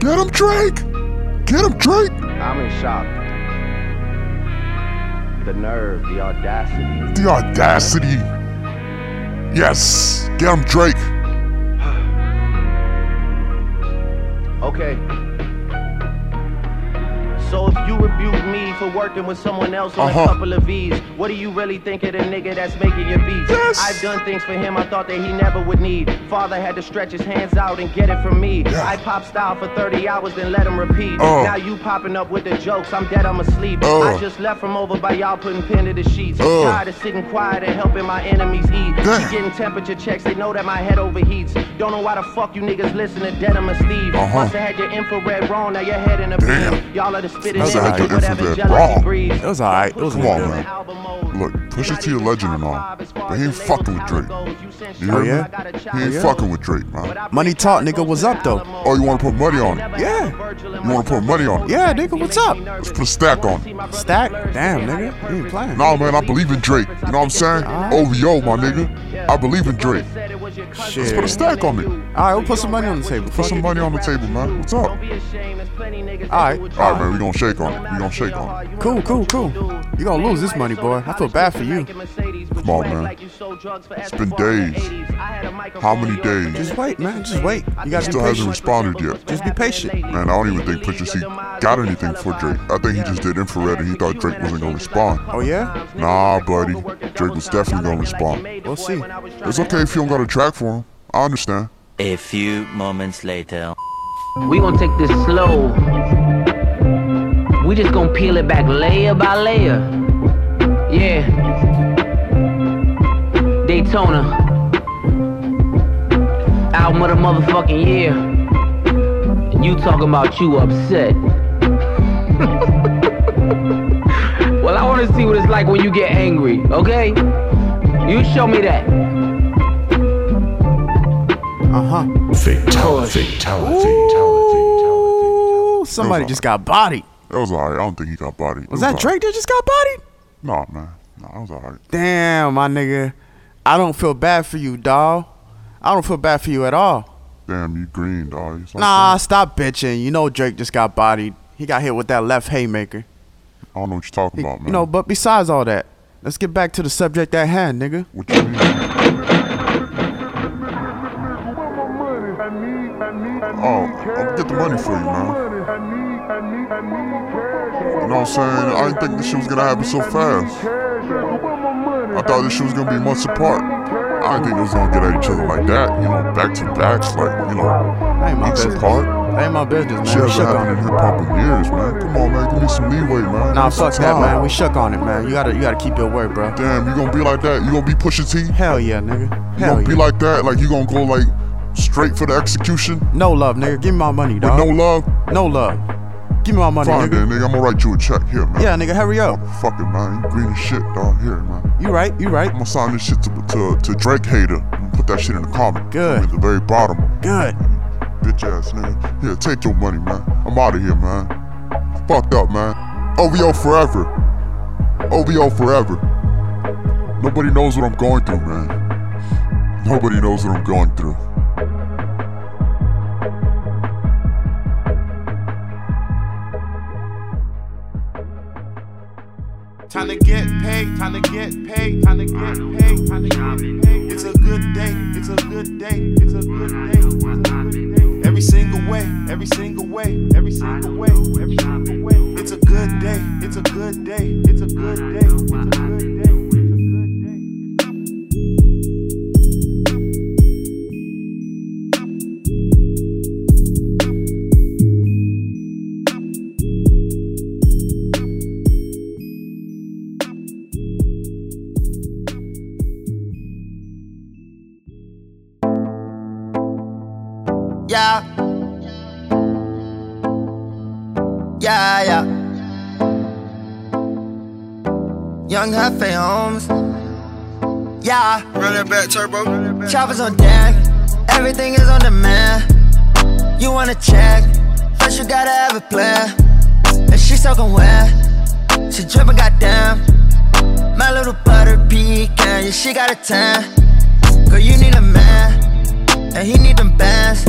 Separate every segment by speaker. Speaker 1: Get him, Drake! Get him, Drake!
Speaker 2: I'm in shock. The nerve, the audacity.
Speaker 1: The audacity! Yes! Get him, Drake!
Speaker 2: Okay. So if you rebuke me for working with someone else on
Speaker 1: Uh-huh.
Speaker 2: a couple of V's, what do you really think of the nigga that's making your beats?
Speaker 1: Yes.
Speaker 2: I've done things for him I thought that he never would need. Father had to stretch his hands out and get it from me.
Speaker 1: Yeah.
Speaker 2: I pop style for 30 hours then let him repeat.
Speaker 1: Oh.
Speaker 2: Now you popping up with the jokes, I'm dead, I'm asleep.
Speaker 1: Oh.
Speaker 2: I just left from over by y'all putting pen to the sheets.
Speaker 1: Oh.
Speaker 2: Tired of sitting quiet and helping my enemies eat.
Speaker 1: Damn.
Speaker 2: She getting temperature checks, they know that my head overheats. Don't know why the fuck you niggas listen to Denim and Steve.
Speaker 1: Uh-huh.
Speaker 2: Must have had your infrared wrong, now your head in a
Speaker 1: Damn.
Speaker 2: beam. Y'all are the spit
Speaker 1: That's
Speaker 2: in
Speaker 1: all
Speaker 2: it,
Speaker 1: right.
Speaker 2: whatever
Speaker 1: Infrared
Speaker 2: jealousy
Speaker 1: wrong.
Speaker 2: breeds.
Speaker 3: It was all right. It was
Speaker 1: Come on, man.
Speaker 2: Look,
Speaker 1: Look, Pusha T a legend and all, but he ain't fucking with Drake. You hear
Speaker 3: Oh, yeah?
Speaker 1: me? He ain't fucking with Drake, man.
Speaker 3: Money Talk, nigga, was up, though.
Speaker 1: Oh, you want to put money on it?
Speaker 3: Yeah.
Speaker 1: You wanna put money on it?
Speaker 3: Yeah, nigga, what's up?
Speaker 1: Let's put a stack on it.
Speaker 3: Stack? Damn, nigga. You ain't playing.
Speaker 1: Nah, man, I believe in Drake. You know what I'm saying?
Speaker 3: Alright.
Speaker 1: OVO, my nigga. I believe in Drake.
Speaker 2: Shit.
Speaker 3: Let's put a
Speaker 1: stack on me.
Speaker 3: Alright, we'll put some money on the table.
Speaker 1: Put some money on the table, man. What's up?
Speaker 3: Alright.
Speaker 1: Alright, man, we gonna shake on it. We gonna shake on it.
Speaker 3: Cool, cool, cool. You gonna lose this money, boy. I feel bad for you.
Speaker 2: Come
Speaker 1: on, man.
Speaker 2: It's
Speaker 1: been days. How many days?
Speaker 3: Just wait, man. Just wait. You
Speaker 1: He
Speaker 3: gotta
Speaker 1: still
Speaker 3: be
Speaker 1: hasn't
Speaker 3: patient.
Speaker 1: responded yet.
Speaker 3: Just be patient.
Speaker 1: Man, I don't even think Pusha T got anything for Drake. I think he just did infrared and he thought Drake wasn't gonna respond.
Speaker 3: Oh, yeah?
Speaker 1: Nah, buddy. Drake was definitely gonna respond.
Speaker 3: We'll see.
Speaker 1: It's okay if you don't got a track for him. I understand.
Speaker 4: A few moments later.
Speaker 5: We gonna take this slow. We just gonna peel it back layer by layer. Yeah. Daytona. Album of the motherfucking year. And you talking about you upset. well, I wanna see what it's like when you get angry, okay? You show me that.
Speaker 3: Uh huh.
Speaker 6: Fatality. Fatality. Fatality.
Speaker 3: Ooh, somebody just got bodied.
Speaker 1: That was alright. I don't think he got bodied.
Speaker 3: Was that Drake that just got bodied?
Speaker 1: Nah, man. Nah, that was alright.
Speaker 3: Damn, my nigga. I don't feel bad for you, dawg. I don't feel bad for you at all.
Speaker 1: Damn, you green, dog. It's okay.
Speaker 3: Nah, stop bitching. You know Drake just got bodied. He got hit with that left haymaker.
Speaker 1: I don't know what you're talking
Speaker 3: He-
Speaker 1: about, man.
Speaker 3: you know, but besides all that, let's get back to the subject at hand, nigga.
Speaker 1: what you mean?
Speaker 7: Oh, I'll get the money for you, man.
Speaker 1: You know what I'm saying? I didn't think this shit was gonna happen so fast. I
Speaker 7: I
Speaker 1: thought this shit was gonna be months apart. I didn't think it was gonna get at each other like that. You know, back to backs, like, you know,
Speaker 3: That ain't my
Speaker 1: months
Speaker 3: business.
Speaker 1: apart.
Speaker 3: That ain't my business, man.
Speaker 1: Shit
Speaker 3: We
Speaker 1: hasn't
Speaker 3: shook
Speaker 1: happened
Speaker 3: on
Speaker 1: in
Speaker 3: it.
Speaker 1: hip hop in years, man. Come on, man. Give me some leeway, man.
Speaker 3: Nah,
Speaker 1: Give me
Speaker 3: fuck
Speaker 1: some
Speaker 3: that,
Speaker 1: time.
Speaker 3: man. We shook on it, man. You gotta, you gotta keep your word, bro.
Speaker 1: Damn, you gonna be like that? You gonna be Pusha T? You
Speaker 3: Hell yeah, nigga. Hell
Speaker 1: gonna be
Speaker 3: yeah.
Speaker 1: like that? Like, you gonna go, like, straight for the execution?
Speaker 3: No love, nigga. Give me my money,
Speaker 1: With
Speaker 3: dog.
Speaker 1: no love?
Speaker 3: No love. Give me my money,
Speaker 1: Fine,
Speaker 3: nigga.
Speaker 1: then, nigga. I'm gonna write you a check here, man.
Speaker 3: Yeah, nigga, hurry up.
Speaker 1: Fuck it, man. You green as shit, dog. Here, man.
Speaker 3: You right, you right.
Speaker 1: I'm gonna sign this shit to, to, to Drake hater. I'm gonna put that shit in the comment.
Speaker 3: Good.
Speaker 1: At the very bottom.
Speaker 3: Good.
Speaker 1: Bitch ass nigga. Here, take your money, man. I'm out of here, man. Fucked up, man. OVO forever. OVO forever. Nobody knows what I'm going through, man. Nobody knows what I'm going through.
Speaker 8: Time to get paid, time to get paid, time to get paid, time to get paid. It's a good day, it's a good day, it's a good day. it's a good day. Every single way, every single way, every single way, every single way. It's a good day, it's a good day, it's a good day, it's a good day, it's a good day.
Speaker 9: Yeah. Yeah, yeah. Young Hefe Holmes. Yeah. Run that back, turbo. Choppers on deck. Everything is on demand. You wanna check? First, you gotta have a plan. And she soaking wet. She dripping, goddamn. My little butter pecan. Yeah, she got a tan. Girl, you need a man. And he need them bands.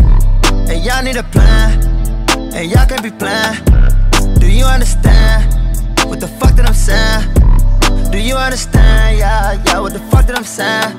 Speaker 9: And y'all need a plan. And y'all can't be playing. Do you understand what the fuck that I'm saying? Do you understand? Yeah, yeah, what the fuck that I'm saying?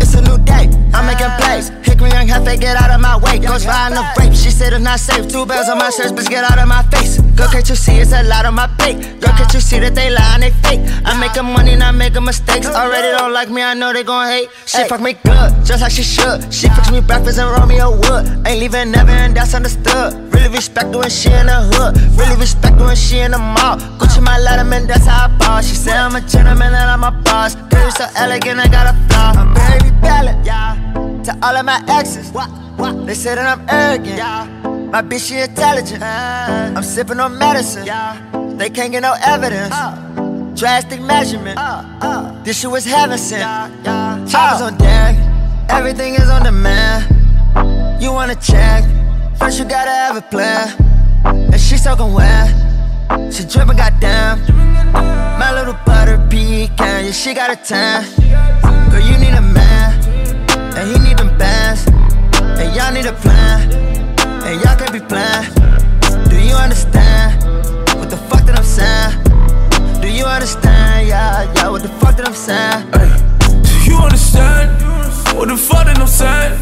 Speaker 9: It's a new day, I'm making plays. Hickory young hefe, get out of my way. Goes riding a rape, she said it's not safe. Two bells on my shirts, bitch, get out of my face. Girl, can't you see it's a lot on my plate? Girl, can't you see that they lying, they fake? I'm making money, not making mistakes. Already don't like me, I know they gon' hate. She fuck me good, just like she should. She fix me breakfast and roll me a wood. Ain't leaving never, and that's understood. Really respect her when she in the hood. Really respect her when she in the mall. Gucci my letterman, that's how I ball. She said I'm a gentleman and I'm a boss. Girl, you so elegant, I got a flaw. I'm very valid, yeah. To all of my exes, what, what? They say that I'm arrogant, yeah. My bitch, she intelligent. Uh, I'm sipping on medicine, yeah. They can't get no evidence. Uh, Drastic measurement, uh, uh, this shit was heaven sent. Yeah, yeah. Uh. Choppers on deck, everything is on demand. You wanna check? First you gotta have a plan. And she soaking wet, she dripping goddamn. My little butter pecan, yeah, she got a tan. Girl, you need a man, and he need them bands, and y'all need a plan, and y'all can't be playing. Do you understand what the fuck that I'm saying? Do you understand, yeah, yeah, what the fuck that I'm saying?
Speaker 10: Do you understand? What the fuck that I'm saying?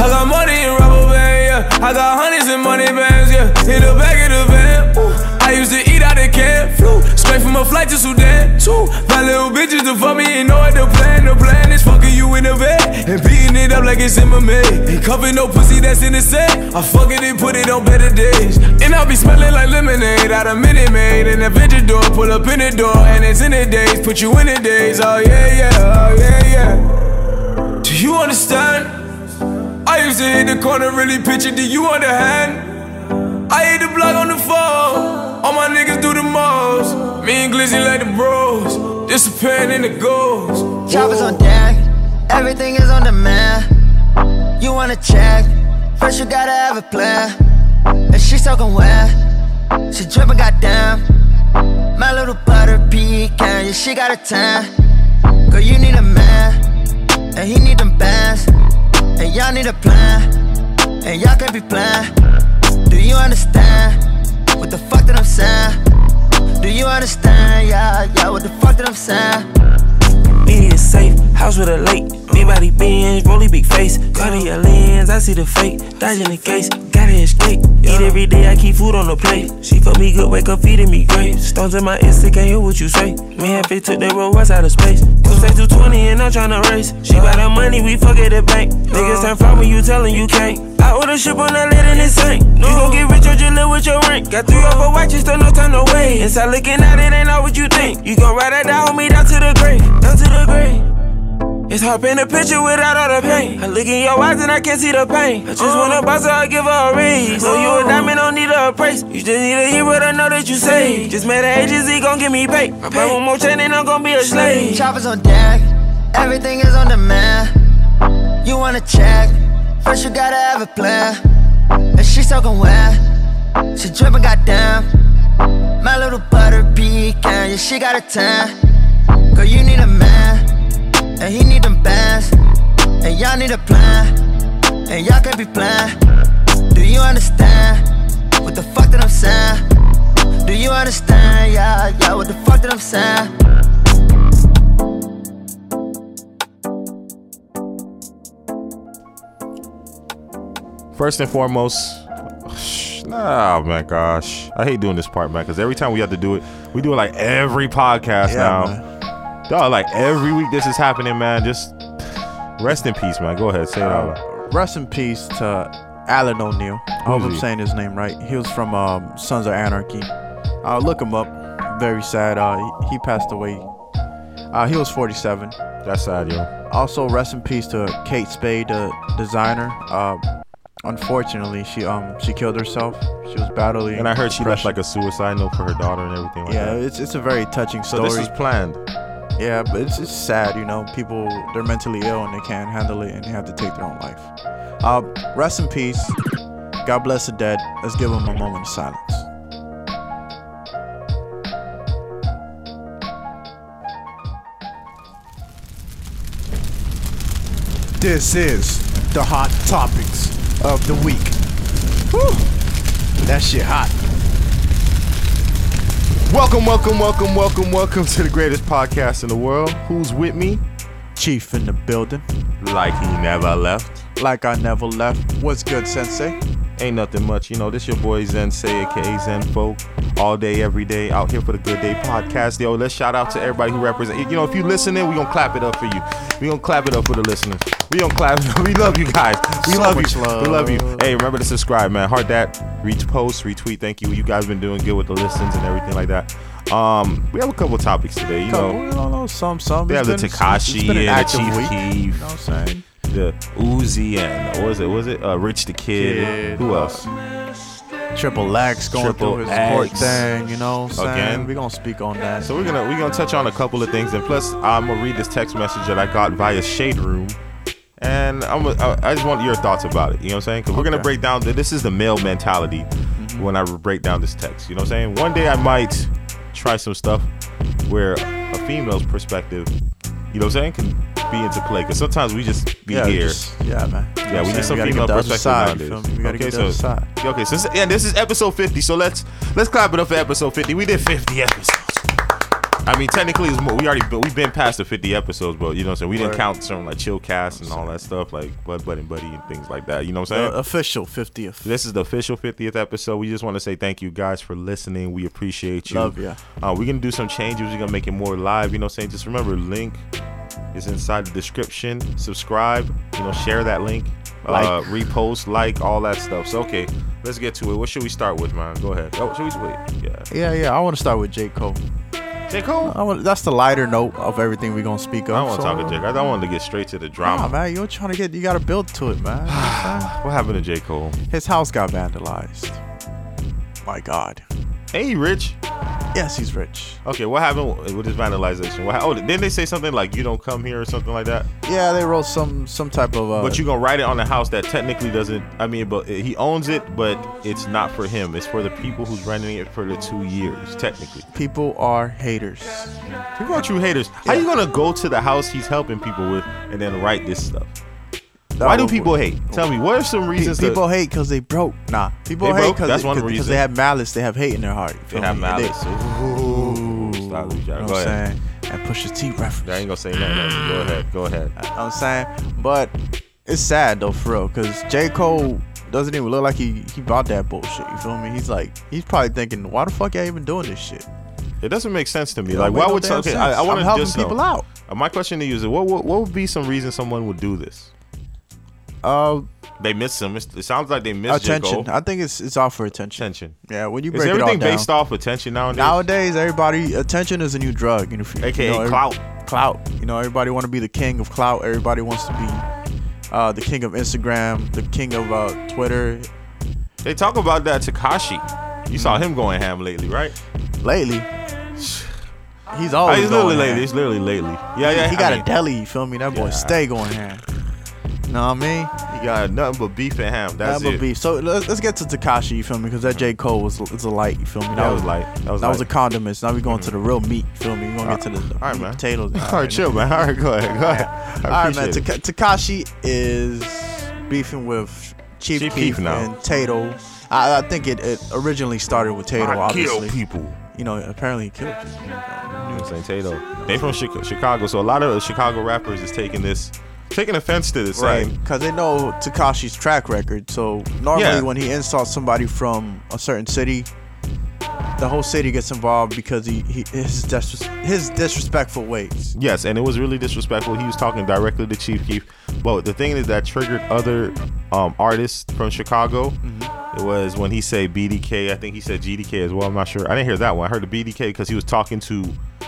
Speaker 10: I got money in rubber band, yeah. I got hundreds in money bands, yeah. In the back of the van, ooh. I used to eat out of can, flew straight from a flight to Sudan. Two my little bitches to fuck me and know what the plan. The plan is fucking you in the bed and beating it up like it's MMA. Ain't covering no pussy that's innocent. I fuck it and put it on better days. And I be smelling like lemonade out of Minute Maid. And the venture door pull up in the door and it's in the days. Put you in the days. Oh yeah yeah, oh yeah yeah. Do you understand? I used to hit the corner, really picture. Do you understand? I hit the block on the phone. All my niggas do the most. Me and Glizzy like the bros. Disappearing in the ghost.
Speaker 9: Choppers on deck. Everything is on demand. You wanna check? First you gotta have a plan. And she soaking wet. She dripping goddamn. My little butter pecan, yeah, she got a tan. Girl, you need a man, and he need them bands, and y'all need a plan, and y'all can't be playing. Do you understand what the fuck that I'm saying? Do you understand? Yeah, yeah, what the fuck that I'm saying?
Speaker 11: Being safe, house with a lake. Big body beans, rolly big face. Cardio lens, I see the fake. Dodging the case, gotta escape. Eat every day, I keep food on the plate. She fuck me good, wake up feeding me grapes. Stones in my instinct, can't hear what you say. Man, if it took that road, what's out of space? Two say 220 and I'm tryna race. She got her money, we fuck at the bank. Niggas turn fly when you tellin' you can't. I order ship on that lead in the sink. You gon' get rich or just live with your rank. Got three over watches, still no time to wait. Inside looking at it, ain't all what you think. You gon' ride it down, me down to the grave, down to the grave. It's hard in a picture without all the pain. I look in your eyes and I can't see the pain. I just wanna boss her, I give her a raise. Know you a diamond, don't need a praise. You just need a hero to know that you saved. Just made an agency, gon' give me pay. I buy one more chain and I'm gon' be a slave.
Speaker 9: Choppers on deck, everything is on demand. You wanna check? First you gotta have a plan And she soaking wet She dripping goddamn My little butter pecan Yeah, she got a tan Girl, you need a man And he need them bands And y'all need a plan And y'all can't be playing Do you understand What the fuck that I'm saying Do you understand, yeah, yeah What the fuck that I'm saying
Speaker 12: First and foremost, nah, my gosh, I hate doing this part, man, because every time we have to do it, we do it like every podcast now. Man. Dog, like every week this is happening, man. Just rest in peace, man. Go ahead, say it out loud.
Speaker 3: Rest in peace to Alan O'Neill. I hope I'm saying his name right. He was from um, Sons of Anarchy. Uh, look him up. Very sad. Uh, he, he passed away. Uh, he was 47.
Speaker 12: That's sad, yo.
Speaker 3: Also, rest in peace to Kate Spade, the designer. Uh, unfortunately she um she killed herself she was battling
Speaker 12: and i heard she left like a suicide note for her daughter and everything like
Speaker 3: yeah
Speaker 12: that.
Speaker 3: it's it's a very touching story
Speaker 12: so this is planned
Speaker 3: yeah but it's, it's sad you know people they're mentally ill and they can't handle it and they have to take their own life uh, rest in peace god bless the dead let's give them a moment of silence
Speaker 13: this is the hot topics of the week. Whew.
Speaker 3: That shit hot.
Speaker 12: Welcome, welcome, welcome, welcome, welcome to the greatest podcast in the world. Who's with me?
Speaker 3: Chief in the building.
Speaker 12: Like he never left.
Speaker 3: Like I never left. What's good, Sensei?
Speaker 12: Ain't nothing much. You know, this your boy Zen Say, aka Zen Folk. All day, every day, out here for the Good Day podcast. Yo, let's shout out to everybody who represent. You know, if you listening, we gonna clap it up for you. We gonna clap it up for the listeners. We gonna clap. We love you guys. We
Speaker 3: So
Speaker 12: love
Speaker 3: much
Speaker 12: you.
Speaker 3: love.
Speaker 12: We love you. Hey, remember to subscribe, man. Heart that. Reach post, retweet. Thank you. You guys been doing good with the listens and everything like that. Um, we have a couple topics today. You
Speaker 3: Couple,
Speaker 12: know,
Speaker 3: you know, some, some.
Speaker 12: we
Speaker 3: It's
Speaker 12: have the
Speaker 3: been- it's- it's
Speaker 12: Takashi
Speaker 3: been an
Speaker 12: and the
Speaker 3: active
Speaker 12: Chief
Speaker 3: week.
Speaker 12: Keef.
Speaker 3: You know what I'm saying?
Speaker 12: The Uzi and what was it? What was it? Uh, Rich the Kid.
Speaker 3: Kid.
Speaker 12: Who else?
Speaker 3: Triple X going
Speaker 12: Triple
Speaker 3: through his court
Speaker 12: X.
Speaker 3: thing, you know what I'm saying?
Speaker 12: Again.
Speaker 3: We're going to speak on that.
Speaker 12: So we're gonna we're gonna touch on a couple of things, and plus I'm gonna read this text message that I got via Shade Room, and I'm gonna- I, I just want your thoughts about it. You know what I'm saying? Because we're gonna
Speaker 3: Okay.
Speaker 12: break down. The, this is the male mentality when I break down this text. You know what I'm saying? One day I might try some stuff where a female's perspective, you know what I'm saying, can be into play. Because sometimes we just be
Speaker 3: yeah,
Speaker 12: here.
Speaker 3: just- yeah, man. You know
Speaker 12: Yeah,
Speaker 3: what
Speaker 12: we
Speaker 3: I'm
Speaker 12: need
Speaker 3: saying?
Speaker 12: some
Speaker 3: gotta get
Speaker 12: female
Speaker 3: the other
Speaker 12: perspective
Speaker 3: side,
Speaker 12: nowadays.
Speaker 3: you feel me? We gotta
Speaker 12: okay,
Speaker 3: get the
Speaker 12: so
Speaker 3: other side.
Speaker 12: yeah, okay, so this, and this is episode fifty. So let's let's clap it up for episode fifty. We did fifty episodes. I mean, technically, it's more, we already been, we've been past the fifty episodes, but you know what I'm saying. We didn't
Speaker 3: Word.
Speaker 12: count some like chill cast and all that stuff, like Bud Buddy and Buddy and things like that. You know what I'm saying?
Speaker 3: The official 50th.
Speaker 12: This is the official 50th episode. We just want to say thank you guys for listening. We appreciate you.
Speaker 3: Love ya.
Speaker 12: Uh, we're going to do some changes. We're going to make it more live. You know what I'm saying? Just remember, link is inside the description. Subscribe. You know, share that link. Uh,
Speaker 3: Like.
Speaker 12: repost, like, all that stuff. So, okay, let's get to it. What should we start with, man? Go ahead. Oh, should we wait? Yeah.
Speaker 3: Yeah, yeah. I want to start with J. Cole.
Speaker 12: J. Cole?
Speaker 3: I want, that's the lighter note of everything we're going to speak of.
Speaker 12: I don't want to
Speaker 3: so-
Speaker 12: talk to Jake. I don't want to get straight to the drama.
Speaker 3: Nah, man. You're trying to get, you got to build to it, man. You know what I'm saying?
Speaker 12: What happened to J. Cole?
Speaker 3: His house got vandalized. My God.
Speaker 12: Ain't he rich?
Speaker 3: Yes, he's rich.
Speaker 12: Okay, what happened with his vandalization? What, hap- oh, didn't they say something like you don't come here or something like that?
Speaker 3: Yeah, they wrote some some type of. Uh,
Speaker 12: But you gonna write it on a house that technically doesn't. I mean, but he owns it, but it's not for him. It's for the people who's renting it for the two years, technically.
Speaker 3: people are haters.
Speaker 12: People are true haters. How you gonna go to the house he's helping people with and then write this stuff? Why do
Speaker 3: would-
Speaker 12: people hate? Tell me. What are some
Speaker 3: Pe-
Speaker 12: reasons?
Speaker 3: people
Speaker 12: that,
Speaker 3: hate because they broke. Nah, people
Speaker 12: They
Speaker 3: hate
Speaker 12: broke?
Speaker 3: because
Speaker 12: That's one
Speaker 3: because
Speaker 12: reason.
Speaker 3: they have malice. They have hate in their heart. you
Speaker 12: They
Speaker 3: feel
Speaker 12: have
Speaker 3: me? And
Speaker 12: malice. Ooh, stop it,
Speaker 3: you know
Speaker 12: y'all. Go
Speaker 3: what I'm
Speaker 12: ahead.
Speaker 3: saying? And push your T reference.
Speaker 12: I ain't gonna say nothing. else. Go ahead. Go ahead.
Speaker 3: You know what I'm saying? But it's sad though, for real, because J. Cole doesn't even look like he, he bought that bullshit. You feel me? He's like, he's probably thinking, why the fuck y'all even doing this shit?
Speaker 12: It doesn't make sense to me.
Speaker 3: It
Speaker 12: Like,
Speaker 3: don't
Speaker 12: why
Speaker 3: make no
Speaker 12: would
Speaker 3: damn
Speaker 12: something?
Speaker 3: sense.
Speaker 12: I, I want to
Speaker 3: I'm helping
Speaker 12: just know.
Speaker 3: people out.
Speaker 12: Uh, My question to you is, what, what what would be some reason someone would do this?
Speaker 3: Uh,
Speaker 12: They miss him. It's- It sounds like they miss J.
Speaker 3: attention.
Speaker 12: Cole.
Speaker 3: I think it's it's all for attention.
Speaker 12: Attention.
Speaker 3: Yeah, when you
Speaker 12: Is
Speaker 3: break it all
Speaker 12: everything
Speaker 3: down-
Speaker 12: based off attention nowadays?
Speaker 3: Nowadays, everybody attention is a new drug. You know, if you- you
Speaker 12: AKA
Speaker 3: know, every-
Speaker 12: clout.
Speaker 3: Clout. You know, everybody want to be the king of clout. Everybody wants to be uh, the king of Instagram, the king of uh, Twitter.
Speaker 12: They talk about that Takashi. You saw him going ham lately, right?
Speaker 3: Lately, he's
Speaker 12: Oh,
Speaker 3: always
Speaker 12: he's literally
Speaker 3: going
Speaker 12: lately.
Speaker 3: ham.
Speaker 12: He's literally lately. Yeah,
Speaker 3: He-
Speaker 12: yeah.
Speaker 3: He
Speaker 12: I
Speaker 3: got
Speaker 12: mean,
Speaker 3: a deli. You feel me? That boy
Speaker 12: Yeah.
Speaker 3: stay going ham. Know what I mean?
Speaker 12: He got nothing but beef and ham. That's
Speaker 3: That would
Speaker 12: it.
Speaker 3: be- So let's, let's get to Takashi. You feel me? Because that J Cole was is a light. You feel me?
Speaker 12: That was light. That was
Speaker 3: a
Speaker 12: light.
Speaker 3: condiment. Now we going to the real meat. You feel me? We gonna get to the, the
Speaker 12: All right,
Speaker 3: meat
Speaker 12: man.
Speaker 3: potatoes. and
Speaker 12: All right, chill, man. All right, go ahead. Go ahead.
Speaker 3: All
Speaker 12: I
Speaker 3: right, man.
Speaker 12: appreciate it.
Speaker 3: Taka- Takashi is beefing with Chief,
Speaker 12: Chief
Speaker 3: Keef
Speaker 12: Keef now.
Speaker 3: and Tato. I, I think it, it originally started with Tato.
Speaker 12: I kill
Speaker 3: obviously,
Speaker 12: people.
Speaker 3: You know, apparently he killed people.
Speaker 12: You know what I'm saying, Tato. They from Chica- Chicago, so a lot of the Chicago rappers is taking this, taking offense to this.
Speaker 3: Right,
Speaker 12: Same.
Speaker 3: because they know Takashi's track record. So normally,
Speaker 12: Yeah.
Speaker 3: when he insults somebody from a certain city, the whole city gets involved because he, he his dis- his disrespectful ways.
Speaker 12: Yes, and it was really disrespectful. He was talking directly to Chief Keef. But the thing is that triggered other um, artists from Chicago. It was when he said BDK. I think he said GDK as well. I'm not sure. I didn't hear that one. I heard the BDK because he was talking to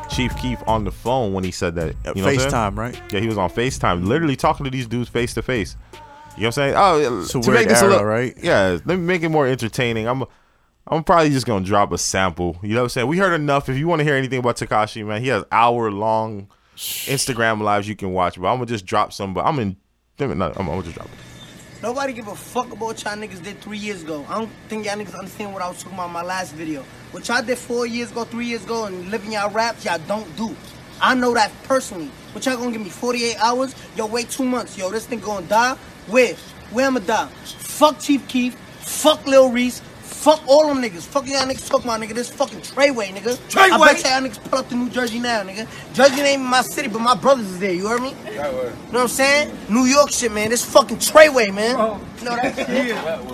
Speaker 12: Chief Keef on the phone when he said that. You know what I'm saying?
Speaker 3: FaceTime, right?
Speaker 12: Yeah, he was on FaceTime, literally talking to these dudes face to face. You know what I'm saying? Oh,
Speaker 3: It's a
Speaker 12: to
Speaker 3: weird
Speaker 12: make this
Speaker 3: era,
Speaker 12: look-
Speaker 3: right?
Speaker 12: Yeah, let me make it more entertaining. I'm I'm probably just gonna drop a sample. You know what I'm saying? We heard enough. If you want to hear anything about Takashi, man, he has hour long Instagram lives you can watch. But I'm gonna just drop some. But I'm in. damn it, no, I'm, I'm gonna just drop it.
Speaker 13: Nobody give a fuck about what y'all niggas did three years ago. I don't think y'all niggas understand what I was talking about in my last video. What y'all did four years ago, three years ago, and living y'all raps, y'all don't do. I know that personally. But y'all gonna give me 48 hours? Yo, wait two months. Yo, this thing gonna die? Where? Where I'ma die? Fuck Chief Keef. Fuck Lil Reese. Fuck all them niggas. Fuck y'all niggas talking about, nigga. This fucking Treyway, nigga.
Speaker 14: Treyway?
Speaker 13: I bet y'all niggas pull up to New Jersey now, nigga. Jersey ain't my city, but my brothers is there. You heard me? You know what I'm saying? New York shit, man. This fucking Treyway, man. You know that shit? Playoff.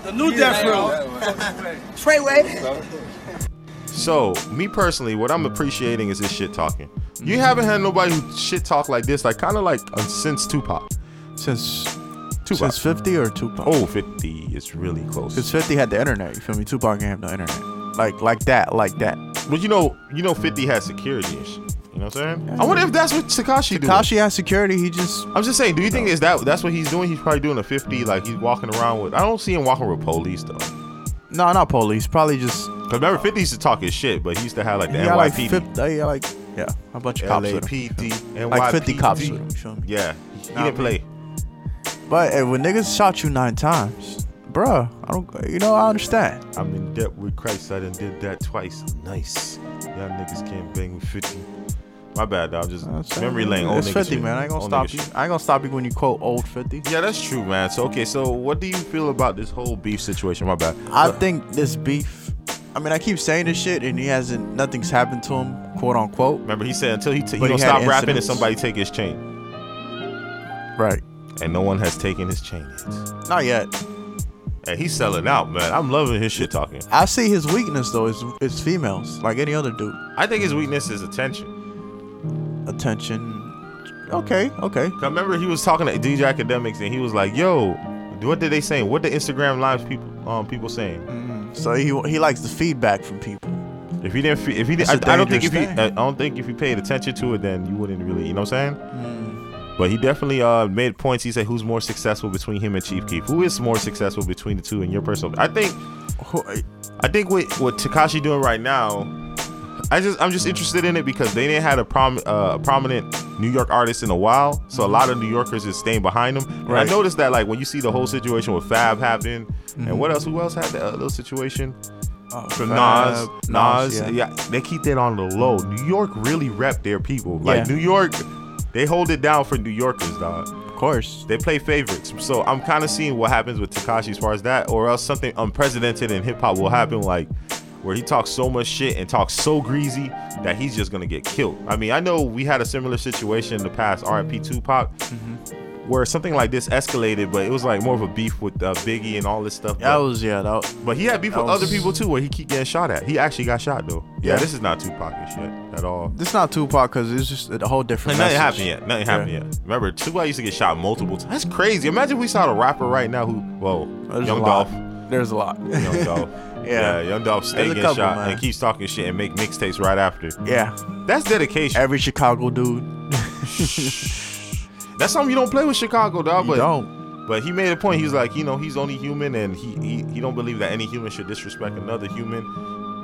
Speaker 14: Oh. The new death row.
Speaker 13: Treyway.
Speaker 12: So, me personally, what I'm appreciating is this shit talking. You haven't had nobody who shit talk like this, like kind of like uh, since Tupac.
Speaker 3: Since
Speaker 12: Tupac.
Speaker 3: Since 50 or Tupac?
Speaker 12: Oh, 50 is really close.
Speaker 3: Since 50 had the internet, you feel me? Tupac didn't have no internet. Like like that, like that.
Speaker 12: But you know, you know, 50 has security and shit. You know what I'm saying? I wonder if that's what Takashi doing.
Speaker 3: Takashi has security. He just
Speaker 12: I'm just saying. Do you think is that that's what he's doing? He's probably doing a 50. Like he's walking around with. I don't see him walking with police though.
Speaker 3: no, not police. Probably just
Speaker 12: Cause remember, 50 used to talk his shit, but he used to have like the
Speaker 3: he got like
Speaker 12: NYPD.
Speaker 3: 50, yeah, like yeah, a bunch of cops with him.
Speaker 12: LAPD,
Speaker 3: Like 50 cops with
Speaker 12: NYPD.
Speaker 3: him. Show me.
Speaker 12: Yeah, he
Speaker 3: Nah,
Speaker 12: didn't play.
Speaker 3: But eh, when niggas shot you nine times, bruh, I don't. You know, I understand.
Speaker 12: I'm in debt with Christ. I done did that twice. Nice. Y'all niggas can't bang with 50. My bad, dog. Just memory lane. Old
Speaker 3: It's
Speaker 12: nigga
Speaker 3: 50,
Speaker 12: shit.
Speaker 3: man. I ain't gonna
Speaker 12: Old
Speaker 3: stop
Speaker 12: nigga
Speaker 3: you.
Speaker 12: shit.
Speaker 3: I ain't gonna stop you when you quote old 50.
Speaker 12: Yeah, that's true, man. So okay, so what do you feel about this whole beef situation? My bad.
Speaker 3: I
Speaker 12: Uh,
Speaker 3: think this beef. I mean, I keep saying this shit, and he hasn't. Nothing's happened to him, quote unquote.
Speaker 12: Remember, he said until he, t- he
Speaker 3: But he
Speaker 12: gonna
Speaker 3: had
Speaker 12: stop rapping and
Speaker 3: incidents.
Speaker 12: somebody take his chain.
Speaker 3: Right.
Speaker 12: And no one has taken his chain yet.
Speaker 3: Not yet.
Speaker 12: And he's selling out, man. I'm loving his shit talking.
Speaker 3: I see his weakness though. Is is females like any other dude?
Speaker 12: I think his weakness is attention.
Speaker 3: Attention. Okay, okay.
Speaker 12: I remember he was talking to DJ Academics and he was like, "Yo, what did they saying? What the Instagram lives people um people saying?
Speaker 3: So he he likes the feedback from people.
Speaker 12: If he didn't, fe- if he
Speaker 3: That's
Speaker 12: didn't,
Speaker 3: a
Speaker 12: I, I don't think if he,
Speaker 3: dangerous
Speaker 12: I
Speaker 3: thing.
Speaker 12: don't think if he paid attention to it, then you wouldn't really, you know what I'm saying?
Speaker 3: Mm.
Speaker 12: But he definitely uh made points. He said, "Who's more successful between him and Chief Keef? Who is more successful between the two in your personal?" I think,
Speaker 3: eh,
Speaker 12: I think what what Takashi doing right now I just I'm just interested in it because they didn't had a prom uh, a prominent New York artist in a while, so a lot of New Yorkers is staying behind them. And
Speaker 3: Right.
Speaker 12: I noticed that like when you see the whole situation with Fab happen,
Speaker 3: Mm-hmm.
Speaker 12: and what else? Who else had that uh, little situation? From Nas,
Speaker 3: oh,
Speaker 12: Nas,
Speaker 3: Fab, Nas,
Speaker 12: yeah.
Speaker 3: yeah.
Speaker 12: they keep that on the low. New York really rep their people. Like
Speaker 3: Yeah.
Speaker 12: New York, they hold it down for New Yorkers, dog. Of
Speaker 3: course,
Speaker 12: they play favorites. So I'm kind of seeing what happens with Takashi as far as that, or else something unprecedented in hip hop will happen, like where he talks so much shit and talks so greasy that he's just gonna get killed. I mean, I know we had a similar situation in the past, R.I.P.
Speaker 3: Mm-hmm.
Speaker 12: Tupac, where something like this escalated, but it was like more of a beef with uh, Biggie and all this stuff.
Speaker 3: That
Speaker 12: but-
Speaker 3: was yeah. That, was-
Speaker 12: but he had beef
Speaker 3: that
Speaker 12: with
Speaker 3: was-
Speaker 12: other people too, where he keep getting shot at. He actually got shot though. Yeah,
Speaker 3: Yeah.
Speaker 12: this is not Tupac and shit at all.
Speaker 3: This not Tupac because it's just a whole different.
Speaker 12: Like, nothing
Speaker 3: message.
Speaker 12: happened yet. Nothing
Speaker 3: Yeah.
Speaker 12: happened yet. Remember, Tupac used to get shot multiple times. That's crazy. Imagine if we saw a rapper right now who, whoa,
Speaker 3: There's
Speaker 12: Young
Speaker 3: a lot.
Speaker 12: Dolph.
Speaker 3: There's a lot.
Speaker 12: Young Dolph.
Speaker 3: Yeah.
Speaker 12: Young Dolph stay
Speaker 3: There's a
Speaker 12: getting
Speaker 3: couple,
Speaker 12: shot
Speaker 3: man.
Speaker 12: and keeps talking shit and make mixtapes right after.
Speaker 3: Yeah.
Speaker 12: That's dedication.
Speaker 3: Every Chicago dude.
Speaker 12: That's something you don't play with Chicago, dog.
Speaker 3: You
Speaker 12: But
Speaker 3: don't.
Speaker 12: But he made a point. He's like, you know, he's only human, and he, he he don't believe that any human should disrespect another human,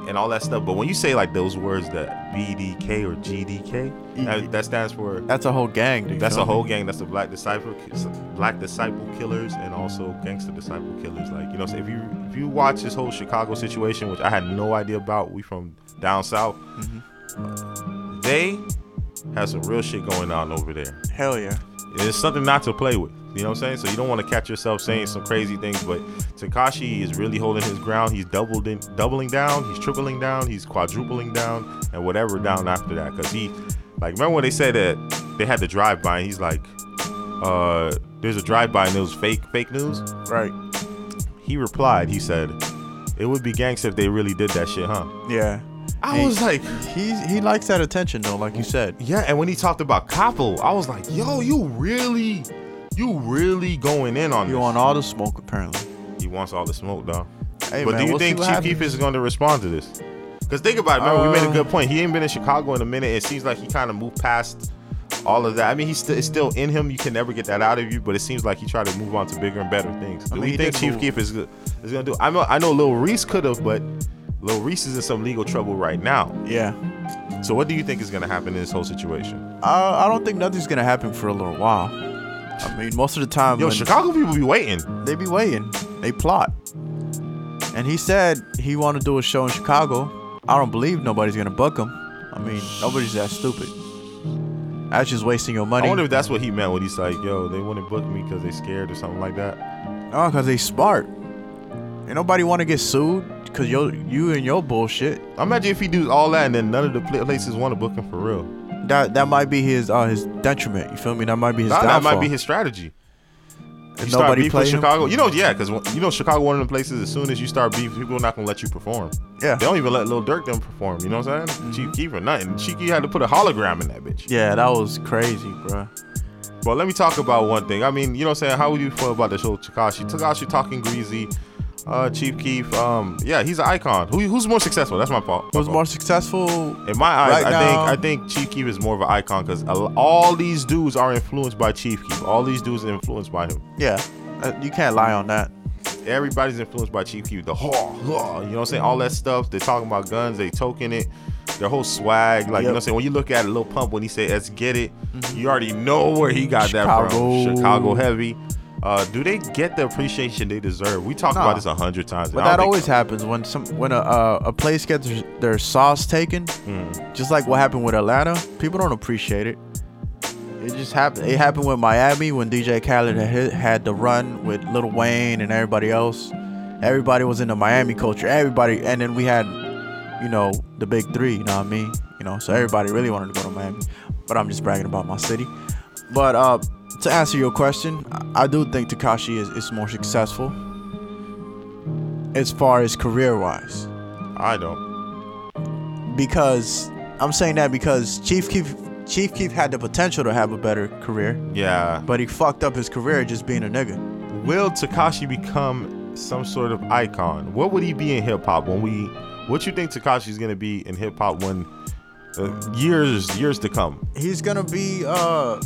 Speaker 12: and all that stuff. But when you say like those words that BDK or GDK, that, that stands for
Speaker 3: That's a whole gang. Dude,
Speaker 12: That's
Speaker 3: You
Speaker 12: a
Speaker 3: know?
Speaker 12: whole gang. That's the black disciple, black disciple killers, and also gangster disciple killers. Like you know, so if you if you watch this whole Chicago situation, which I had no idea about, we from down south. They have some real shit going on over there.
Speaker 3: Hell yeah.
Speaker 12: It's something not to play with. You know what I'm saying? So you don't want to catch yourself saying some crazy things. But Takashi is really holding his ground. He's doubled in, doubling down. He's tripling down. He's quadrupling down, and whatever down after that. Cause he, like, remember when they said that they had the drive by? And he's like, uh, there's a drive by, and it was fake, fake news.
Speaker 3: Right.
Speaker 12: He replied. He said, "It would be gangster if they really did that shit, huh?"
Speaker 3: Yeah.
Speaker 12: I was like,
Speaker 3: he he likes that attention though, like you said.
Speaker 12: Yeah, and when he talked about Capo, I was like, yo, you really, you really going in on
Speaker 3: You
Speaker 12: this.
Speaker 3: want all the smoke apparently.
Speaker 12: He wants all the smoke, dog.
Speaker 3: Hey,
Speaker 12: but
Speaker 3: man,
Speaker 12: do you
Speaker 3: we'll see
Speaker 12: think
Speaker 3: what
Speaker 12: Chief
Speaker 3: happens.
Speaker 12: Keef is going to respond to this? Because think about it. Remember, we made a
Speaker 3: Uh,
Speaker 12: good point. He ain't been in Chicago in a minute. It seems like he kind of moved past all of that. I mean, he's st- it's still in him. You can never get that out of you. But it seems like he tried to move on to bigger and better things. Do
Speaker 3: I mean,
Speaker 12: we
Speaker 3: he
Speaker 12: think
Speaker 3: did
Speaker 12: Chief
Speaker 3: move.
Speaker 12: Keef is go- is going to do? I know I know Lil Reese could have, but Lil Reese is in some legal trouble right now.
Speaker 3: Yeah.
Speaker 12: So what do you think is going to happen in this whole situation?
Speaker 3: I, I don't think nothing's gonna happen for a little while. I mean, most of the time,
Speaker 12: Yo,
Speaker 3: when-
Speaker 12: Chicago people be waiting.
Speaker 3: they be waiting, they plot. And he said he want to do a show in Chicago. I don't believe nobody's gonna book him. I mean, nobody's that stupid. That's just wasting your money.
Speaker 12: I wonder if that's what he meant when he's like, "Yo, they wouldn't book me because they scared or something like that."
Speaker 3: Oh, cause they Uh, smart. Ain't nobody want to get sued because yo, you and your bullshit.
Speaker 12: Imagine if he do all that and then none of the pla- places want to book him for real.
Speaker 3: That that might be his uh his detriment. You feel me? That might be his.
Speaker 12: Nah, that
Speaker 3: downfall.
Speaker 12: might be his strategy.
Speaker 3: And
Speaker 12: You start
Speaker 3: nobody
Speaker 12: beef with
Speaker 3: play him?
Speaker 12: Chicago. You know, yeah, because you know Chicago one of the places. As soon as you start beef, people are not gonna let you perform.
Speaker 3: Yeah, Mm-hmm.
Speaker 12: they don't even let Lil Durk them perform. You know what I'm saying? Chief Keef or nothing. Cheeky had to put a hologram in that bitch.
Speaker 3: Yeah, that was crazy, bro.
Speaker 12: But let me talk about one thing. I mean, you know what I'm saying? How would you feel about the show Takashi? Takashi talking greasy. Uh, Chief Keef, um, yeah, he's an icon. Who, who's more successful? That's my fault.
Speaker 3: Who's more successful?
Speaker 12: In my eyes,
Speaker 3: Right
Speaker 12: I
Speaker 3: now-
Speaker 12: think I think Chief Keef is more of an icon because all these dudes are influenced by Chief Keef. All these dudes are influenced by him.
Speaker 3: Yeah, uh, you can't lie on that.
Speaker 12: Everybody's influenced by Chief Keef. The haw, haw, you know what I'm saying? All that stuff. They're talking about guns. They token it. Their whole swag, like you know, what I'm saying when you look at a little pump when he said "Let's get it," you already know where he got that
Speaker 3: Mm-hmm. Chicago.
Speaker 12: from. Chicago heavy. Uh, do they get the appreciation they deserve? We talked
Speaker 3: Nah.
Speaker 12: about this a hundred times. and
Speaker 3: But
Speaker 12: I don't
Speaker 3: that
Speaker 12: think-
Speaker 3: always happens when some when a uh, a place gets their sauce taken,
Speaker 12: Hmm.
Speaker 3: just like what happened with Atlanta. People don't appreciate it. It just happened. It happened with Miami when DJ Khaled had, hit- had the run with Lil Wayne and everybody else. Everybody was in the Miami culture. Everybody, and then we had, you know, the big three. You know what I mean? You know, so everybody really wanted to go to Miami. But I'm just bragging about my city. But uh, to answer your question, I- I do think Takashi is, is more successful as far as career wise.
Speaker 12: I don't.
Speaker 3: Because I'm saying that because Chief Keef Chief Keef had the potential to have a better career,
Speaker 12: Yeah.
Speaker 3: but he fucked up his career just being a nigga.
Speaker 12: Will Takashi become some sort of icon? What would he be in hip hop when we? What you think Takashi's gonna be in hip hop when uh, years years to come?
Speaker 3: He's gonna be uh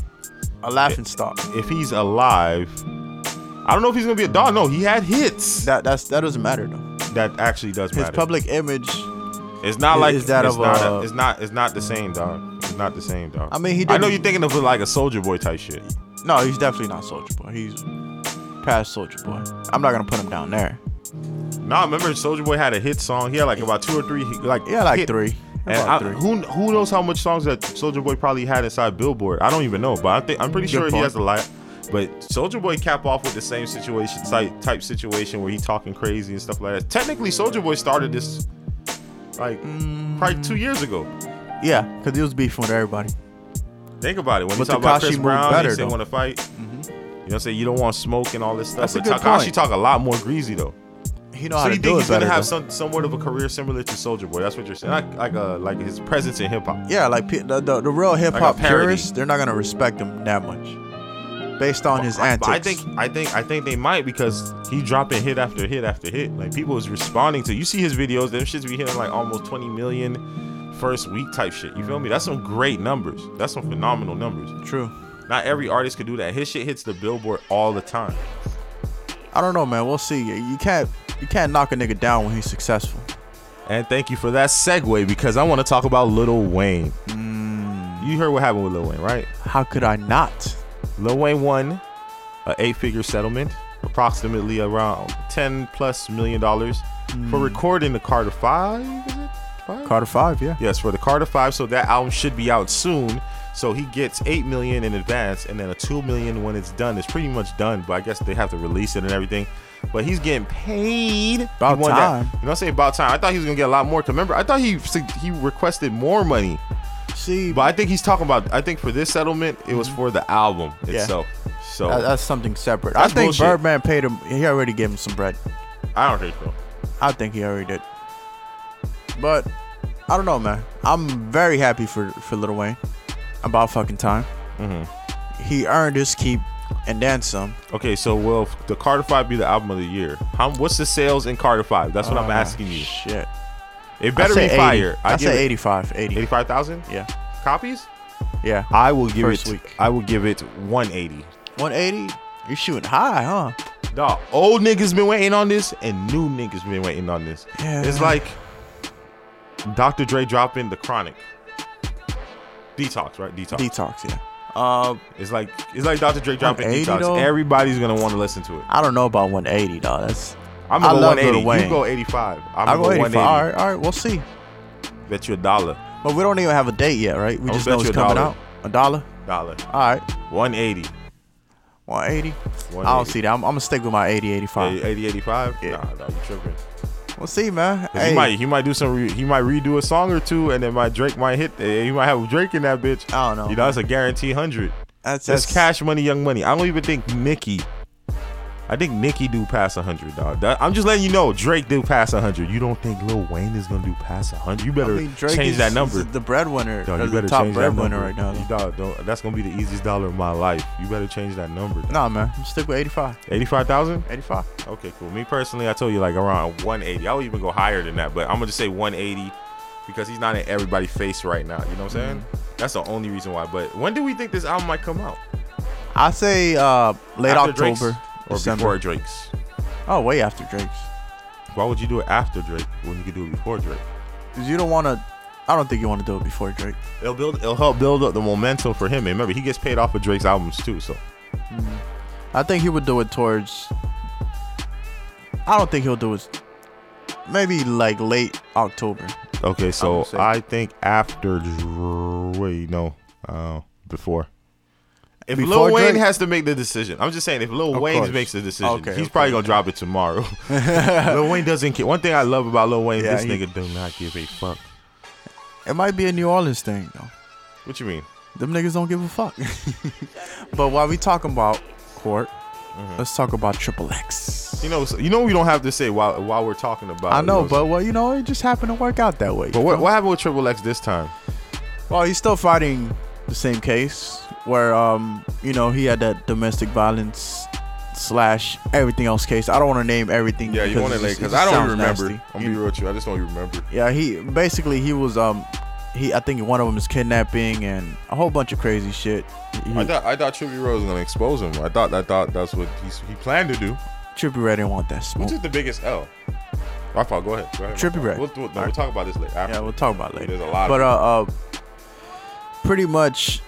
Speaker 3: a laughing stock.
Speaker 12: If he's alive, I don't know if he's gonna be a dog. No, he had hits.
Speaker 3: That that's that doesn't matter though.
Speaker 12: That actually does
Speaker 3: His
Speaker 12: matter.
Speaker 3: public image
Speaker 12: it's not
Speaker 3: is-
Speaker 12: like
Speaker 3: is that
Speaker 12: it's
Speaker 3: of
Speaker 12: not
Speaker 3: a-
Speaker 12: it's not it's not the same dog. It's not the same dog.
Speaker 3: I mean, he
Speaker 12: I know
Speaker 3: didn't-
Speaker 12: you're thinking of like a Soldier Boy type shit.
Speaker 3: No, he's definitely not Soldier Boy. He's past Soldier Boy. I'm not gonna put him down there.
Speaker 12: Nah, remember Soldier Boy had a hit song. He had like about two or three, he- like
Speaker 3: Yeah, like
Speaker 12: hit-
Speaker 3: three.
Speaker 12: And
Speaker 3: About
Speaker 12: I-
Speaker 3: three.
Speaker 12: who who knows how much songs that Soldier Boy probably had inside Billboard? I don't even know, but I think I'm pretty
Speaker 3: Good
Speaker 12: sure he
Speaker 3: point.
Speaker 12: has a lot. But Soldier Boy cap off with the same situation type type situation where he talking crazy and stuff like that. Technically, Soldier Boy started this like
Speaker 3: Mm.
Speaker 12: probably two years ago.
Speaker 3: Yeah, because he was beefing with everybody.
Speaker 12: Think about it. When you
Speaker 3: But
Speaker 12: talk about
Speaker 3: Tekashi
Speaker 12: Chris
Speaker 3: moved
Speaker 12: Brown,
Speaker 3: better,
Speaker 12: he said
Speaker 3: though. Mm-hmm.
Speaker 12: want to fight. You know, say you don't want smoke and all this stuff.
Speaker 3: That's a
Speaker 12: but
Speaker 3: good
Speaker 12: Takashi
Speaker 3: point.
Speaker 12: talk a lot more greasy though.
Speaker 3: He know
Speaker 12: so
Speaker 3: how
Speaker 12: you
Speaker 3: to
Speaker 12: think
Speaker 3: do it
Speaker 12: he's gonna
Speaker 3: better,
Speaker 12: have
Speaker 3: though.
Speaker 12: some somewhat of a career similar to Soldier Boy? That's what you're saying. Like like a, like his presence in hip hop.
Speaker 3: Yeah, like pe- the, the, the real hip
Speaker 12: a
Speaker 3: hop
Speaker 12: parody.
Speaker 3: purists, they're not gonna respect him that much, based on his
Speaker 12: I,
Speaker 3: antics.
Speaker 12: but I think I think I think they might because he dropping hit after hit after hit. Like people is responding to. You see his videos. Them shits be hitting like almost 20 million first week type shit. You feel me? That's some great numbers. That's some phenomenal numbers.
Speaker 3: True.
Speaker 12: Not every artist could do that. His shit hits the billboard all the time.
Speaker 3: I don't know, man. We'll see. You can't you can't knock a nigga down when he's successful.
Speaker 12: And thank you for that segue because I want to talk about Lil Wayne.
Speaker 3: Mm.
Speaker 12: You heard what happened with Lil Wayne, right?
Speaker 3: How could I not?
Speaker 12: Lil Wayne won a eight-figure settlement, approximately around ten plus million dollars
Speaker 3: Hmm.
Speaker 12: for recording the Carter Five. Is it? Five?
Speaker 3: Carter Five, yeah.
Speaker 12: Yes, for the Carter Five. So that album should be out soon. So he gets eight million in advance, and then a two million when it's done. It's pretty much done, but I guess they have to release it and everything. But he's getting paid.
Speaker 3: About
Speaker 12: He won that-
Speaker 3: time.
Speaker 12: You know, what I'm saying about time. I thought he was gonna get a lot more. 'cause remember, I thought he su- he requested more money.
Speaker 3: See,
Speaker 12: but I think he's talking about. I think for this settlement, it was for the album
Speaker 3: Mm-hmm. Yeah.
Speaker 12: itself. So
Speaker 3: That- that's something separate.
Speaker 12: That's
Speaker 3: I think
Speaker 12: bullshit.
Speaker 3: Birdman paid him. He already gave him some bread.
Speaker 12: I don't think so.
Speaker 3: I think he already did. But I don't know, man. I'm very happy for for Lil Wayne. About fucking time.
Speaker 12: Mm-hmm.
Speaker 3: He earned his keep and then some.
Speaker 12: Okay, so will f- the Carter Five be the album of the year? How what's the sales in Carter Five? That's what I'm
Speaker 3: Ah,
Speaker 12: asking you.
Speaker 3: Shit.
Speaker 12: It better
Speaker 3: say
Speaker 12: be
Speaker 3: 80.
Speaker 12: fire.
Speaker 3: I
Speaker 12: give
Speaker 3: say
Speaker 12: it
Speaker 3: 85, 80.
Speaker 12: 85,000
Speaker 3: Yeah.
Speaker 12: copies.
Speaker 3: Yeah.
Speaker 12: I will give
Speaker 3: First
Speaker 12: it.
Speaker 3: week.
Speaker 12: I will give it 180.
Speaker 3: 180. You're shooting high, huh?
Speaker 12: Dog, old niggas been waiting on this, and new niggas been waiting on this.
Speaker 3: Yeah.
Speaker 12: It's like Dr. Dre dropping the Chronic. Detox, right? Detox.
Speaker 3: Detox, yeah.
Speaker 12: Um, it's like it's like Dr. Dre dropping
Speaker 3: 180
Speaker 12: Detox.
Speaker 3: though?
Speaker 12: Everybody's gonna want to listen to it.
Speaker 3: I don't know about 180, dog. That's
Speaker 12: I'm gonna
Speaker 3: I
Speaker 12: go
Speaker 3: love
Speaker 12: 180.
Speaker 3: Lil Wayne.
Speaker 12: You go 85. I'm
Speaker 3: I'll
Speaker 12: gonna go 180.
Speaker 3: All right, all right, we'll see.
Speaker 12: Bet you a dollar.
Speaker 3: But we don't even have a date yet, right? We
Speaker 12: I'll
Speaker 3: just
Speaker 12: bet
Speaker 3: know
Speaker 12: you
Speaker 3: it's
Speaker 12: a
Speaker 3: coming
Speaker 12: dollar.
Speaker 3: out. A dollar.
Speaker 12: Dollar.
Speaker 3: All right.
Speaker 12: 180.
Speaker 3: 180? I don't see that. I'm, I'm gonna stick with my 80, 85.
Speaker 12: 80, 85? Yeah. Nah, nah, you tripping.
Speaker 3: We'll see, man.
Speaker 12: 'Cause
Speaker 3: Hey,
Speaker 12: He might he might do some re, he might redo a song or two and then my Drake might hit eh, he might have Drake in that bitch.
Speaker 3: I don't know.
Speaker 12: You know that's a guarantee hundred.
Speaker 3: That's-
Speaker 12: that's
Speaker 3: that's-
Speaker 12: cash money, young money. I don't even think Nicki. I think Nicki do pass hundred, dog. That- I'm just letting you know Drake do pass hundred. You don't think Lil Wayne is gonna do pass hundred? You better
Speaker 3: I mean, Drake
Speaker 12: change
Speaker 3: is-
Speaker 12: that number.
Speaker 3: is the breadwinner,
Speaker 12: Dog,
Speaker 3: or
Speaker 12: you
Speaker 3: the
Speaker 12: better
Speaker 3: top
Speaker 12: change that
Speaker 3: breadwinner
Speaker 12: number.
Speaker 3: right now.
Speaker 12: You dog, don't- that's gonna be the easiest dollar of my life. You better change that number. dog.
Speaker 3: Nah, man. I'm stick with 85.
Speaker 12: 85,000?
Speaker 3: 85.
Speaker 12: Okay, cool. Me personally, I told you like around 180. I would even go higher than that, but I'm gonna just say 180 because he's not in everybody's face right now. You know what I'm saying? That's the only reason why. But when do we think this album might come out?
Speaker 3: I say uh, late
Speaker 12: After Drake's
Speaker 3: October
Speaker 12: or
Speaker 3: December.
Speaker 12: before Drake's?
Speaker 3: Oh, way after Drake's.
Speaker 12: Why would you do it after Drake when you could do it before Drake?
Speaker 3: Cause you don't want to. I don't think you want to do it before Drake.
Speaker 12: It'll build. It'll help build up the momentum for him. And remember, he gets paid off of Drake's albums too. So
Speaker 3: I think he would do it towards. I don't think he'll do it. Maybe like late October.
Speaker 12: okay, so
Speaker 3: say-
Speaker 12: I, think after Drake, no, uh, before. If
Speaker 3: Before
Speaker 12: Lil Wayne
Speaker 3: Drake?
Speaker 12: has to make the decision, I'm just saying. If Lil
Speaker 3: Of
Speaker 12: Wayne
Speaker 3: course.
Speaker 12: makes the decision,
Speaker 3: Okay,
Speaker 12: he's
Speaker 3: okay,
Speaker 12: probably gonna drop it tomorrow. Lil Wayne doesn't care. One thing I love about Lil Wayne,
Speaker 3: Yeah,
Speaker 12: this
Speaker 3: he-
Speaker 12: nigga do not give a fuck.
Speaker 3: It might be a New Orleans thing though.
Speaker 12: What you mean?
Speaker 3: Them niggas don't give a fuck. but while we talking about court,
Speaker 12: Mm-hmm.
Speaker 3: let's talk about Triple X.
Speaker 12: You know, you know, we don't have to say while while we're talking about.
Speaker 3: I
Speaker 12: it,
Speaker 3: know,
Speaker 12: you what
Speaker 3: but well, you know, it just happened to work out that way.
Speaker 12: But what, what happened with Triple X this time?
Speaker 3: Well, he's still fighting the same case where, um, you know, he had that domestic violence slash everything else case. I don't want to name everything.
Speaker 12: Yeah, you
Speaker 3: because
Speaker 12: want to
Speaker 3: it
Speaker 12: like because
Speaker 3: just- it just
Speaker 12: I don't
Speaker 3: sounds
Speaker 12: even remember.
Speaker 3: nasty.
Speaker 12: I'm gonna be real with you. I just don't even remember.
Speaker 3: Yeah, he basically he was um, he I think one of them is kidnapping and a whole bunch of crazy shit. He,
Speaker 12: I thought I thought Trippie Rose was gonna expose him. I thought I thought that's what he's, he planned to do.
Speaker 3: Trippie Red didn't want that smoke.
Speaker 12: Which is the biggest L. My fault. Go ahead. Go ahead.
Speaker 3: Trippie
Speaker 12: My fault.
Speaker 3: Redd.
Speaker 12: We'll, we'll, no, we'll talk about this later.
Speaker 3: Yeah, we'll talk about it later.
Speaker 12: There's a lot.
Speaker 3: But
Speaker 12: of
Speaker 3: uh, uh, pretty much,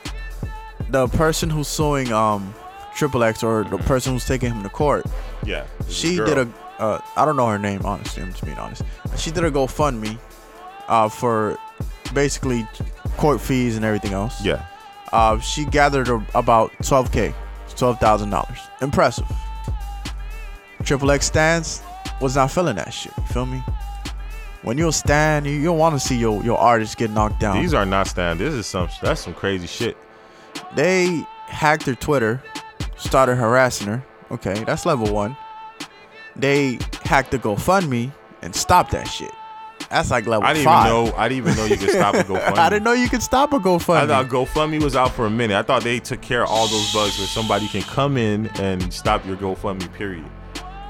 Speaker 3: the person who's suing um, Triple X or the person who's taking him to court,
Speaker 12: Yeah, it's
Speaker 3: she
Speaker 12: Mm-hmm. this
Speaker 3: did
Speaker 12: girl.
Speaker 3: a. Uh, I don't know her name, honestly. I'm just being honest. She did a GoFundMe, uh, for basically court fees and everything else.
Speaker 12: Yeah.
Speaker 3: Uh, she gathered a- about 12k, twelve thousand dollars. Impressive. Triple X stands was not feeling that shit. You feel me? When you're a stand, you, you don't want to see your, your artist get knocked down.
Speaker 12: These are not stand. This is some. That's some crazy shit.
Speaker 3: They hacked her Twitter, started harassing her. Okay, that's level one. They hacked the GoFundMe and stopped that shit. That's like level
Speaker 12: I didn't
Speaker 3: five.
Speaker 12: even know. I didn't even know you could stop a GoFundMe.
Speaker 3: I didn't know you could stop a GoFundMe.
Speaker 12: I thought GoFundMe was out for a minute. I thought they took care of all those bugs where somebody can come in and stop your GoFundMe. Period.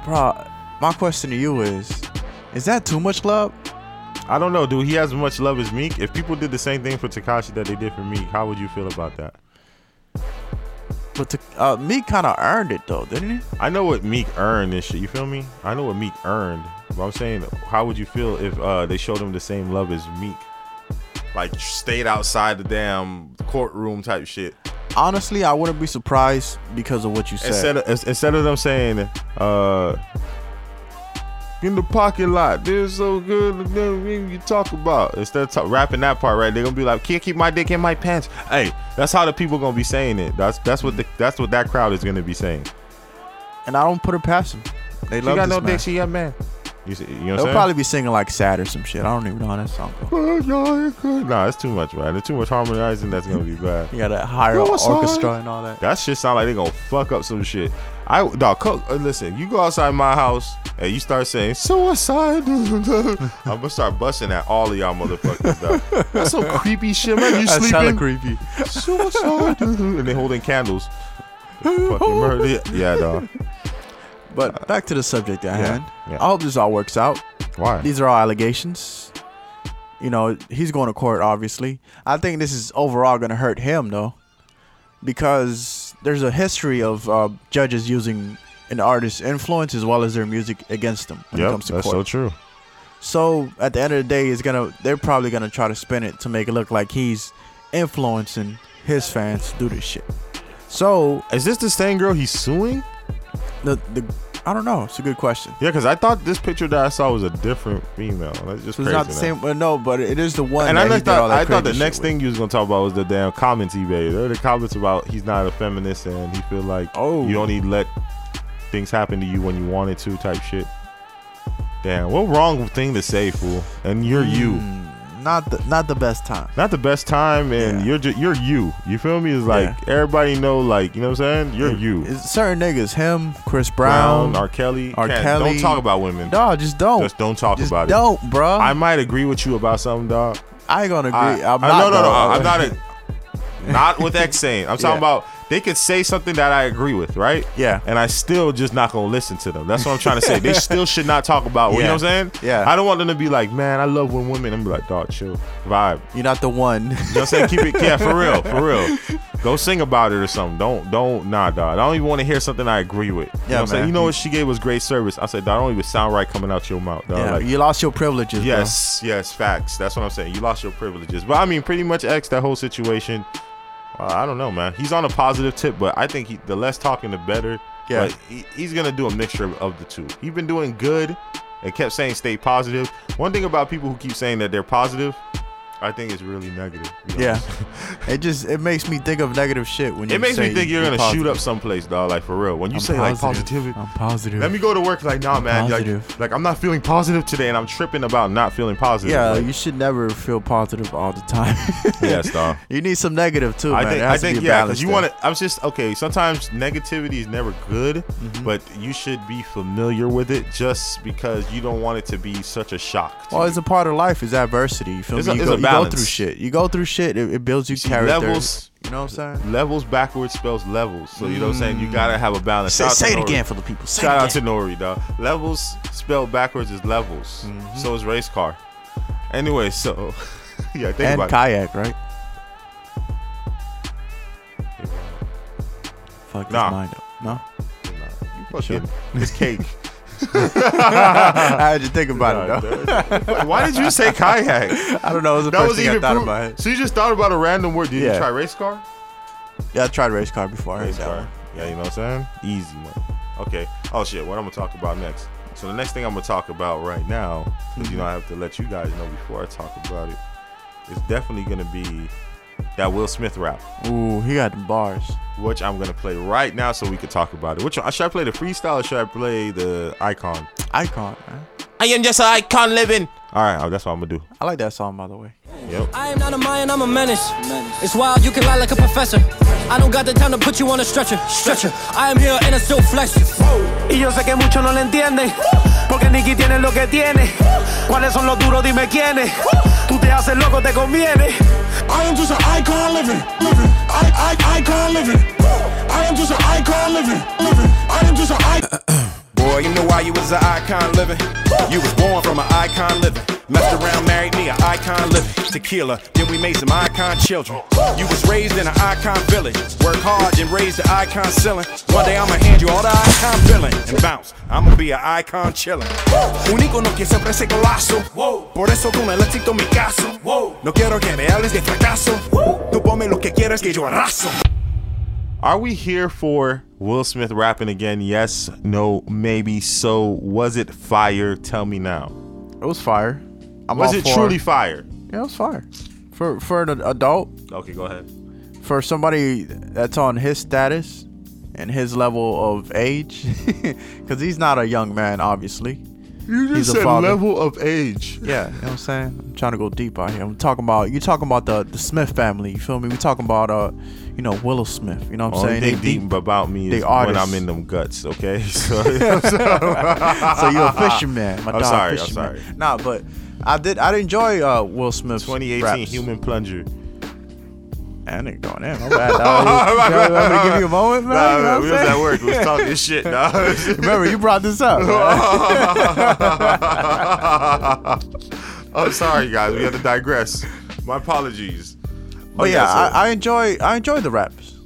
Speaker 3: Bro, my question to you is, is that too much love?
Speaker 12: I don't know, dude. He has as much love as Meek. If people did the same thing for Takashi that they did for Meek, how would you feel about that?
Speaker 3: But to, uh, Meek kind of earned it though, didn't he?
Speaker 12: I know what Meek earned and shit. You feel me? I know what Meek earned. But I'm saying, how would you feel if uh, they showed him the same love as Meek? Like stayed outside the damn courtroom type shit.
Speaker 3: Honestly, I wouldn't be surprised because of what you said.
Speaker 12: Instead of, ins- instead of them saying, uh, in the parking lot, they're so good. look at them, what You talk about instead of ta- rapping that part right, they're gonna be like, "Can't keep my dick in my pants." Hey, that's how the people gonna be saying it. That's that's what the, that's what that crowd is gonna be saying.
Speaker 3: and I don't put it past him. They
Speaker 12: She
Speaker 3: love
Speaker 12: got
Speaker 3: this
Speaker 12: no
Speaker 3: man.
Speaker 12: dick. She a man. You, see, you know what I'm
Speaker 3: They'll
Speaker 12: saying?
Speaker 3: probably be singing like sad or some shit. I don't even know how that song goes.
Speaker 12: Nah, it's too much, man. There's too much harmonizing. That's gonna be bad.
Speaker 3: You got that higher
Speaker 12: Go outside.
Speaker 3: orchestra and all that.
Speaker 12: That shit sound like they gonna fuck up some shit. I dog, co- uh, listen. You go outside my house and you start saying suicide. I'm gonna start busting at all of y'all motherfuckers. Dog. That's some creepy shit, man. You
Speaker 3: That's hella
Speaker 12: sleeping?
Speaker 3: creepy.
Speaker 12: Suicide. and they holding candles. Fucking murder. Yeah, dog.
Speaker 3: But back to the subject at
Speaker 12: yeah,
Speaker 3: hand. I hope this all works out.
Speaker 12: Why?
Speaker 3: These are all allegations. You know, he's going to court, obviously. I think this is overall going to hurt him, though, because there's a history of uh, judges using an artist's influence as well as their music against them when it
Speaker 12: Yep,
Speaker 3: comes to
Speaker 12: that's
Speaker 3: court.
Speaker 12: so true.
Speaker 3: So at the end of the day, it's gonna they're probably gonna try to spin it to make it look like he's influencing his fans to do this shit. So
Speaker 12: is this the same girl he's suing?
Speaker 3: The the I don't know. It's a good question.
Speaker 12: Yeah, because I thought this picture that I saw was a different female. That's just
Speaker 3: So it's
Speaker 12: crazy.
Speaker 3: not the
Speaker 12: now.
Speaker 3: same. But no, but it is the one.
Speaker 12: And
Speaker 3: that
Speaker 12: I
Speaker 3: he
Speaker 12: just
Speaker 3: did
Speaker 12: thought
Speaker 3: all that
Speaker 12: I thought the
Speaker 3: crazy
Speaker 12: next
Speaker 3: shit
Speaker 12: thing you was gonna talk about was the damn comments he made. There were the comments about he's not a feminist and he feel like oh you only let things happen to you when you wanted to type shit. Damn, what wrong thing to say, fool? And you're
Speaker 3: Hmm.
Speaker 12: you.
Speaker 3: Not the not the best time.
Speaker 12: Not the best time, and you're ju- you're you. You feel me? It's like everybody know, like you know what I'm saying. You're you.
Speaker 3: with. Certain niggas, him, Chris Brown,
Speaker 12: R. Kelly.
Speaker 3: R.
Speaker 12: Can't-
Speaker 3: Kelly.
Speaker 12: Don't talk about women.
Speaker 3: No, just don't.
Speaker 12: Just don't talk
Speaker 3: Just
Speaker 12: about it.
Speaker 3: don't, bro.
Speaker 12: I might agree with you about something, dog.
Speaker 3: I ain't gonna agree. I'm
Speaker 12: I- uh,
Speaker 3: not
Speaker 12: no, no, no.
Speaker 3: gonna-
Speaker 12: I'm not. A, not with X saying. I'm talking
Speaker 3: Yeah.
Speaker 12: about they could say something that I agree with, right?
Speaker 3: Yeah.
Speaker 12: And I still just not gonna listen to them. That's what I'm trying to say. They still should not talk about. You know what I'm saying?
Speaker 3: Yeah.
Speaker 12: I don't want them to be like, man, I love when women. I'm like, dog, chill, vibe.
Speaker 3: You're not the one. You know
Speaker 12: what I'm saying? Keep it, yeah, for real, for real. Go sing about it or something. Don't, don't, nah, dog. I don't even want to hear something I agree with. You
Speaker 3: Yeah,
Speaker 12: know what I'm saying?
Speaker 3: man.
Speaker 12: You know what she gave was great service. I said, dog, I don't even sound right coming out your mouth, dog.
Speaker 3: Yeah,
Speaker 12: Like,
Speaker 3: you lost your privileges. bro.
Speaker 12: Yes, yes, facts. That's what I'm saying. You lost your privileges. But I mean, pretty much X that whole situation. Uh, I don't know, man. He's on a positive tip, but I think he, the less talking, the better.
Speaker 3: Yeah.
Speaker 12: But he, he's gonna do a mixture of, of the two. He's been doing good and kept saying stay positive. One thing about people who keep saying that they're positive, I think is really negative. you know?
Speaker 3: Yeah. it just it makes me think of negative shit when you
Speaker 12: It makes
Speaker 3: say
Speaker 12: me think you're
Speaker 3: you're
Speaker 12: gonna
Speaker 3: positive.
Speaker 12: shoot up someplace, dog. Like for real. When you
Speaker 3: I'm
Speaker 12: say like
Speaker 3: positive.
Speaker 12: positivity,
Speaker 3: I'm positive.
Speaker 12: Let me go to work. Like nah,
Speaker 3: I'm
Speaker 12: man. Like,
Speaker 3: positive.
Speaker 12: like I'm not feeling positive today, and I'm tripping about not feeling positive.
Speaker 3: Yeah,
Speaker 12: Like,
Speaker 3: you should never feel positive all the time.
Speaker 12: yes, dog.
Speaker 3: you need some negative too,
Speaker 12: I
Speaker 3: man.
Speaker 12: think,
Speaker 3: There
Speaker 12: I
Speaker 3: has to
Speaker 12: think
Speaker 3: be a
Speaker 12: yeah,
Speaker 3: balance
Speaker 12: because you
Speaker 3: there.
Speaker 12: want to. I'm just okay. Sometimes negativity is never good,
Speaker 3: Mm-hmm.
Speaker 12: but you should be familiar with it just because you don't want it to be such a shock.
Speaker 3: Well, it's a part of life. It's adversity. You feel
Speaker 12: It's
Speaker 3: me?
Speaker 12: a-
Speaker 3: you,
Speaker 12: it's
Speaker 3: go,
Speaker 12: a
Speaker 3: you go
Speaker 12: balance.
Speaker 3: through shit. You go through shit. It, it builds you,
Speaker 12: See,
Speaker 3: character.
Speaker 12: levels,
Speaker 3: you know what I'm saying?
Speaker 12: Levels backwards spells levels. So you know what I'm saying. You gotta have a balance.
Speaker 3: Mm. Say-
Speaker 12: Shout out to
Speaker 3: say it
Speaker 12: Nori.
Speaker 3: again for the people. Say
Speaker 12: Shout
Speaker 3: it
Speaker 12: out to Nori, dog. Levels spelled backwards is levels.
Speaker 3: Mm-hmm.
Speaker 12: So is race car. Anyway, so yeah, think
Speaker 3: and
Speaker 12: about
Speaker 3: kayak, right? Fuck his
Speaker 12: Nah.
Speaker 3: mind up. No.
Speaker 12: it. You
Speaker 3: Sure.
Speaker 12: fucking it's cake.
Speaker 3: I had to think about it though.
Speaker 12: Why did you say kayak?
Speaker 3: I don't know. It was the first thing I thought
Speaker 12: proof-
Speaker 3: in my head.
Speaker 12: So you just thought about a random word. Did
Speaker 3: Yeah.
Speaker 12: you try race car?
Speaker 3: Yeah, I tried race car before. I heard
Speaker 12: Race
Speaker 3: that one.
Speaker 12: car. Yeah, you know what I'm saying? Easy one. Okay. Oh shit. What I'm gonna talk about next? So the next thing I'm gonna talk about right now, 'cause, you know I have to let you guys know before I talk about it, is definitely gonna be that Will Smith rap,
Speaker 3: Ooh, he got the bars.
Speaker 12: which I'm gonna play right now so we can talk about it. Which one, should I play the freestyle or should I play the icon?
Speaker 3: Icon. Man.
Speaker 12: I am just an icon living. All right, that's what I'm gonna do.
Speaker 3: I like that song by the way.
Speaker 12: Yep.
Speaker 14: I am not a Mayan, I'm a menace. It's wild, you can lie like a professor. I don't got the time to put you on a stretcher. Stretcher, I am here and I still flex.
Speaker 15: Y yo sé que muchos no le entienden, porque Nicky tiene lo que tiene. ¿Cuáles son los duros? Dime quiénes. Tú te haces loco, te conviene. I am just an icon living, living. I, I, icon living. I am just an icon living, living. I am just an icon.
Speaker 16: Boy, you know why you was an icon living? You was born from an icon living. Messed around, married me, an icon living. Tequila, then we made some icon children. You was raised in an icon village. Work hard and raised the icon ceiling. One day I'ma hand you all the icon feeling and bounce. I'ma be an icon chillin'. Un ícono que siempre se golazo. Por eso con el éxito mi caso. No quiero que me hables de fracaso. Tú ponme lo que quieras que yo arraso.
Speaker 12: Are we here for Will Smith rapping again? Yes, no, maybe. So, was it fire? Tell me now.
Speaker 3: It was fire. I'm
Speaker 12: was
Speaker 3: all
Speaker 12: it
Speaker 3: for
Speaker 12: truly
Speaker 3: it.
Speaker 12: fire?
Speaker 3: Yeah, it was fire. For for an adult,
Speaker 12: Okay, go ahead.
Speaker 3: for somebody that's on his status and his level of age, because he's not a young man, obviously.
Speaker 12: You
Speaker 3: just He's a said father.
Speaker 12: level of age.
Speaker 3: Yeah, you know what I'm saying? I'm trying to go deep out here. I'm talking about you talking about the, the Smith family, you feel me? we talking about uh you know, Willow Smith, you know what I'm
Speaker 12: Only
Speaker 3: saying?
Speaker 12: thing Oh, deep, about me
Speaker 3: they
Speaker 12: is when
Speaker 3: artists.
Speaker 12: I'm in them guts. Okay, so,
Speaker 3: so you're a fisherman, my
Speaker 12: I'm
Speaker 3: dog.
Speaker 12: sorry.
Speaker 3: fisherman.
Speaker 12: I'm sorry.
Speaker 3: Nah, but I did. I did enjoy uh, Will Smith's
Speaker 12: 2018
Speaker 3: raps.
Speaker 12: Human Plunger.
Speaker 3: And it going in. I'm bad. dog. You know, I'm gonna give you a moment, man.
Speaker 12: Nah,
Speaker 3: You
Speaker 12: man, we was
Speaker 3: know what I'm
Speaker 12: at
Speaker 3: saying?
Speaker 12: work. We was talking this shit. Nah.
Speaker 3: Remember, you brought this up.
Speaker 12: I'm sorry, guys. We had to digress. My apologies.
Speaker 3: But yeah,
Speaker 12: so-
Speaker 3: I, I enjoy. I enjoy the raps.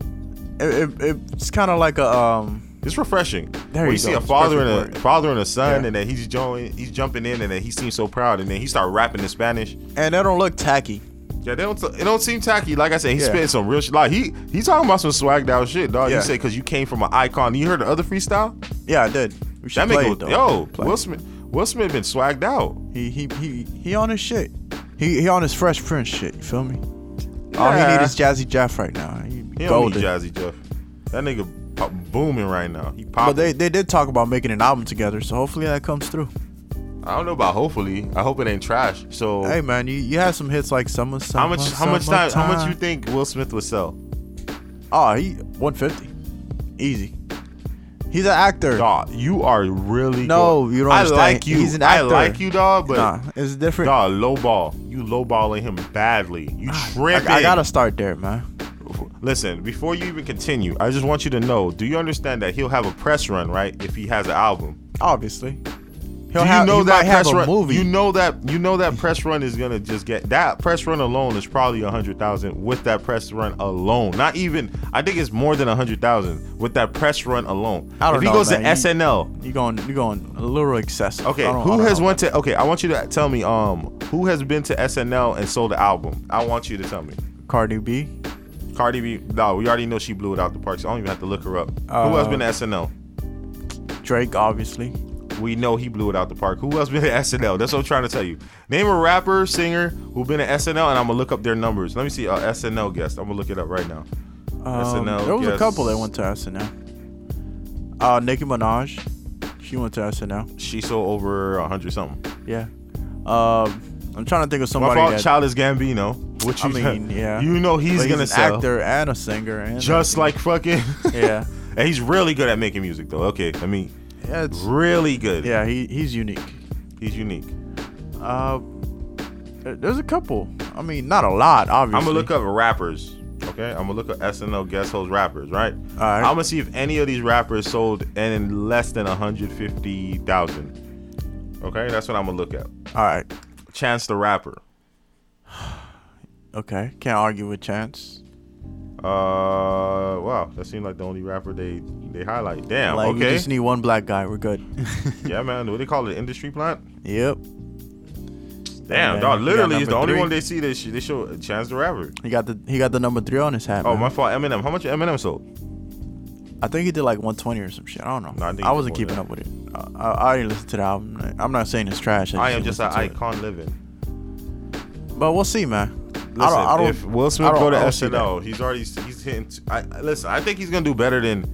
Speaker 3: It, it, it's kind of like a um.
Speaker 12: It's refreshing. when
Speaker 3: There you,
Speaker 12: you
Speaker 3: go.
Speaker 12: see a
Speaker 3: It's
Speaker 12: father
Speaker 3: perfect
Speaker 12: and a
Speaker 3: word.
Speaker 12: father and a son,
Speaker 3: Yeah.
Speaker 12: and then he's join, he's jumping in, and then he seems so proud, and then he start rapping in Spanish.
Speaker 3: And they don't look tacky.
Speaker 12: Yeah, they don't. It don't seem tacky. Like I said, he's
Speaker 3: Yeah.
Speaker 12: spitting some real shit. Like he he talking about some swagged out shit, dog.
Speaker 3: Yeah.
Speaker 12: You said because you came from an icon. You heard the other freestyle?
Speaker 3: Yeah, I did. We should
Speaker 12: That
Speaker 3: play
Speaker 12: nigga,
Speaker 3: it, though.
Speaker 12: yo,
Speaker 3: Play
Speaker 12: Will
Speaker 3: it.
Speaker 12: Smith, Will Smith been swagged out.
Speaker 3: He he he he on his shit. He he on his Fresh Prince shit. You feel me? All he
Speaker 12: Yeah.
Speaker 3: need is Jazzy Jeff right now. He,
Speaker 12: He don't
Speaker 3: golden.
Speaker 12: need Jazzy Jeff. That nigga pop, booming right now. He
Speaker 3: But
Speaker 12: popping.
Speaker 3: they they did talk about making an album together, so hopefully that comes through.
Speaker 12: I don't know about hopefully. I hope it ain't trash. So
Speaker 3: Hey man, you, you have some hits like summer.
Speaker 12: Oh. how much?
Speaker 3: Summer,
Speaker 12: How much time? How much
Speaker 3: Summertime.
Speaker 12: you think Will Smith would sell?
Speaker 3: Oh, he 150. Easy. He's an actor.
Speaker 12: Dog, you are really
Speaker 3: No,
Speaker 12: good.
Speaker 3: you don't
Speaker 12: I
Speaker 3: understand.
Speaker 12: like you.
Speaker 3: He's an
Speaker 12: I
Speaker 3: actor.
Speaker 12: like you, dog. But
Speaker 3: Nah, it's different.
Speaker 12: Dog, low ball. You low balling him badly. You
Speaker 3: Ah, I,
Speaker 12: tripping.
Speaker 3: I gotta start there, man.
Speaker 12: Listen, before you even continue, I just want you to know, do you understand that he'll have a press run, right? If he has an album.
Speaker 3: Obviously.
Speaker 12: Do
Speaker 3: He'll
Speaker 12: you
Speaker 3: have-
Speaker 12: know
Speaker 3: he
Speaker 12: that
Speaker 3: might have
Speaker 12: press
Speaker 3: a
Speaker 12: run?
Speaker 3: movie.
Speaker 12: You know that you know that press run is gonna just get that press run alone is probably a hundred thousand with that press run alone. Not even I think it's more than a hundred thousand with that press run alone.
Speaker 3: I don't
Speaker 12: if
Speaker 3: know.
Speaker 12: he goes
Speaker 3: man.
Speaker 12: to SNL,
Speaker 3: You going you going a little excessive.
Speaker 12: Okay,
Speaker 3: I don't- I
Speaker 12: who
Speaker 3: don't
Speaker 12: has
Speaker 3: know.
Speaker 12: went to? Okay, I want you to tell me. Um, who has been to SNL and sold an album? I want you to tell me.
Speaker 3: Cardi B.
Speaker 12: Cardi B. No, we already know she blew it out the park. So I don't even have to look her up. who
Speaker 3: Uh,
Speaker 12: has been to SNL?
Speaker 3: Drake, obviously.
Speaker 12: We know he blew it out the park. Who else been to SNL? That's what I'm trying to tell you. Name a rapper, singer who been to SNL, and I'm gonna look up their numbers. Let me see. Uh, SNL guest. I'm gonna look it up right now.
Speaker 3: Um, there was a
Speaker 12: guest.
Speaker 3: couple that went to SNL. Uh, Nicki Minaj, she went to SNL.
Speaker 12: She sold over a hundred something.
Speaker 3: Yeah. Um, I'm trying to think of
Speaker 12: My
Speaker 3: somebody.
Speaker 12: fault.
Speaker 3: that,
Speaker 12: Childish Gambino. Which
Speaker 3: I
Speaker 12: you
Speaker 3: mean, yeah.
Speaker 12: You know
Speaker 3: But
Speaker 12: he's
Speaker 3: he's
Speaker 12: gonna
Speaker 3: an
Speaker 12: sell.
Speaker 3: actor and a singer. And
Speaker 12: just like fucking
Speaker 3: Yeah.
Speaker 12: and he's really good at making music though okay i mean
Speaker 3: Yeah, it's-
Speaker 12: really good
Speaker 3: yeah, he he's unique.
Speaker 12: he's unique
Speaker 3: Uh, there- there's a couple. I mean, not a lot, obviously.
Speaker 12: i'm gonna look up rappers okay i'm gonna look up snl guest host rappers right all
Speaker 3: right.
Speaker 12: i'm gonna see if any of these rappers sold in less than 150000 okay that's what i'm gonna look at
Speaker 3: All right.
Speaker 12: chance the rapper
Speaker 3: Okay. Can't argue with Chance.
Speaker 12: uh wow that seemed like the only rapper they they highlight damn
Speaker 3: like, We
Speaker 12: Oh, okay
Speaker 3: just need one black guy. We're good.
Speaker 12: yeah man what they call it industry plant
Speaker 3: yep.
Speaker 12: damn
Speaker 3: man.
Speaker 12: dog
Speaker 3: You got
Speaker 12: literally he's
Speaker 3: number
Speaker 12: the only
Speaker 3: three.
Speaker 12: one they see they, sh- they show chance the rapper
Speaker 3: He got the he got the number three on his hat.
Speaker 12: Oh,
Speaker 3: man.
Speaker 12: my fault. Eminem. How much Eminem sold?
Speaker 3: I think he did like 120 or some shit. I don't know.
Speaker 12: I think
Speaker 3: I,
Speaker 12: he
Speaker 3: wasn't
Speaker 12: did
Speaker 3: keeping
Speaker 12: more
Speaker 3: up with it. I, I, I didn't listen to the album. I'm not saying it's trash.
Speaker 12: I am
Speaker 3: didn't
Speaker 12: just an
Speaker 3: listen to it.
Speaker 12: icon living.
Speaker 3: But we'll see, man. I
Speaker 12: Listen,
Speaker 3: don't. I don't
Speaker 12: if Will Smith
Speaker 3: I don't-
Speaker 12: go to
Speaker 3: I don't see that.
Speaker 12: SNL, he's already he's hitting. t- I I- listen. I think he's gonna do better than.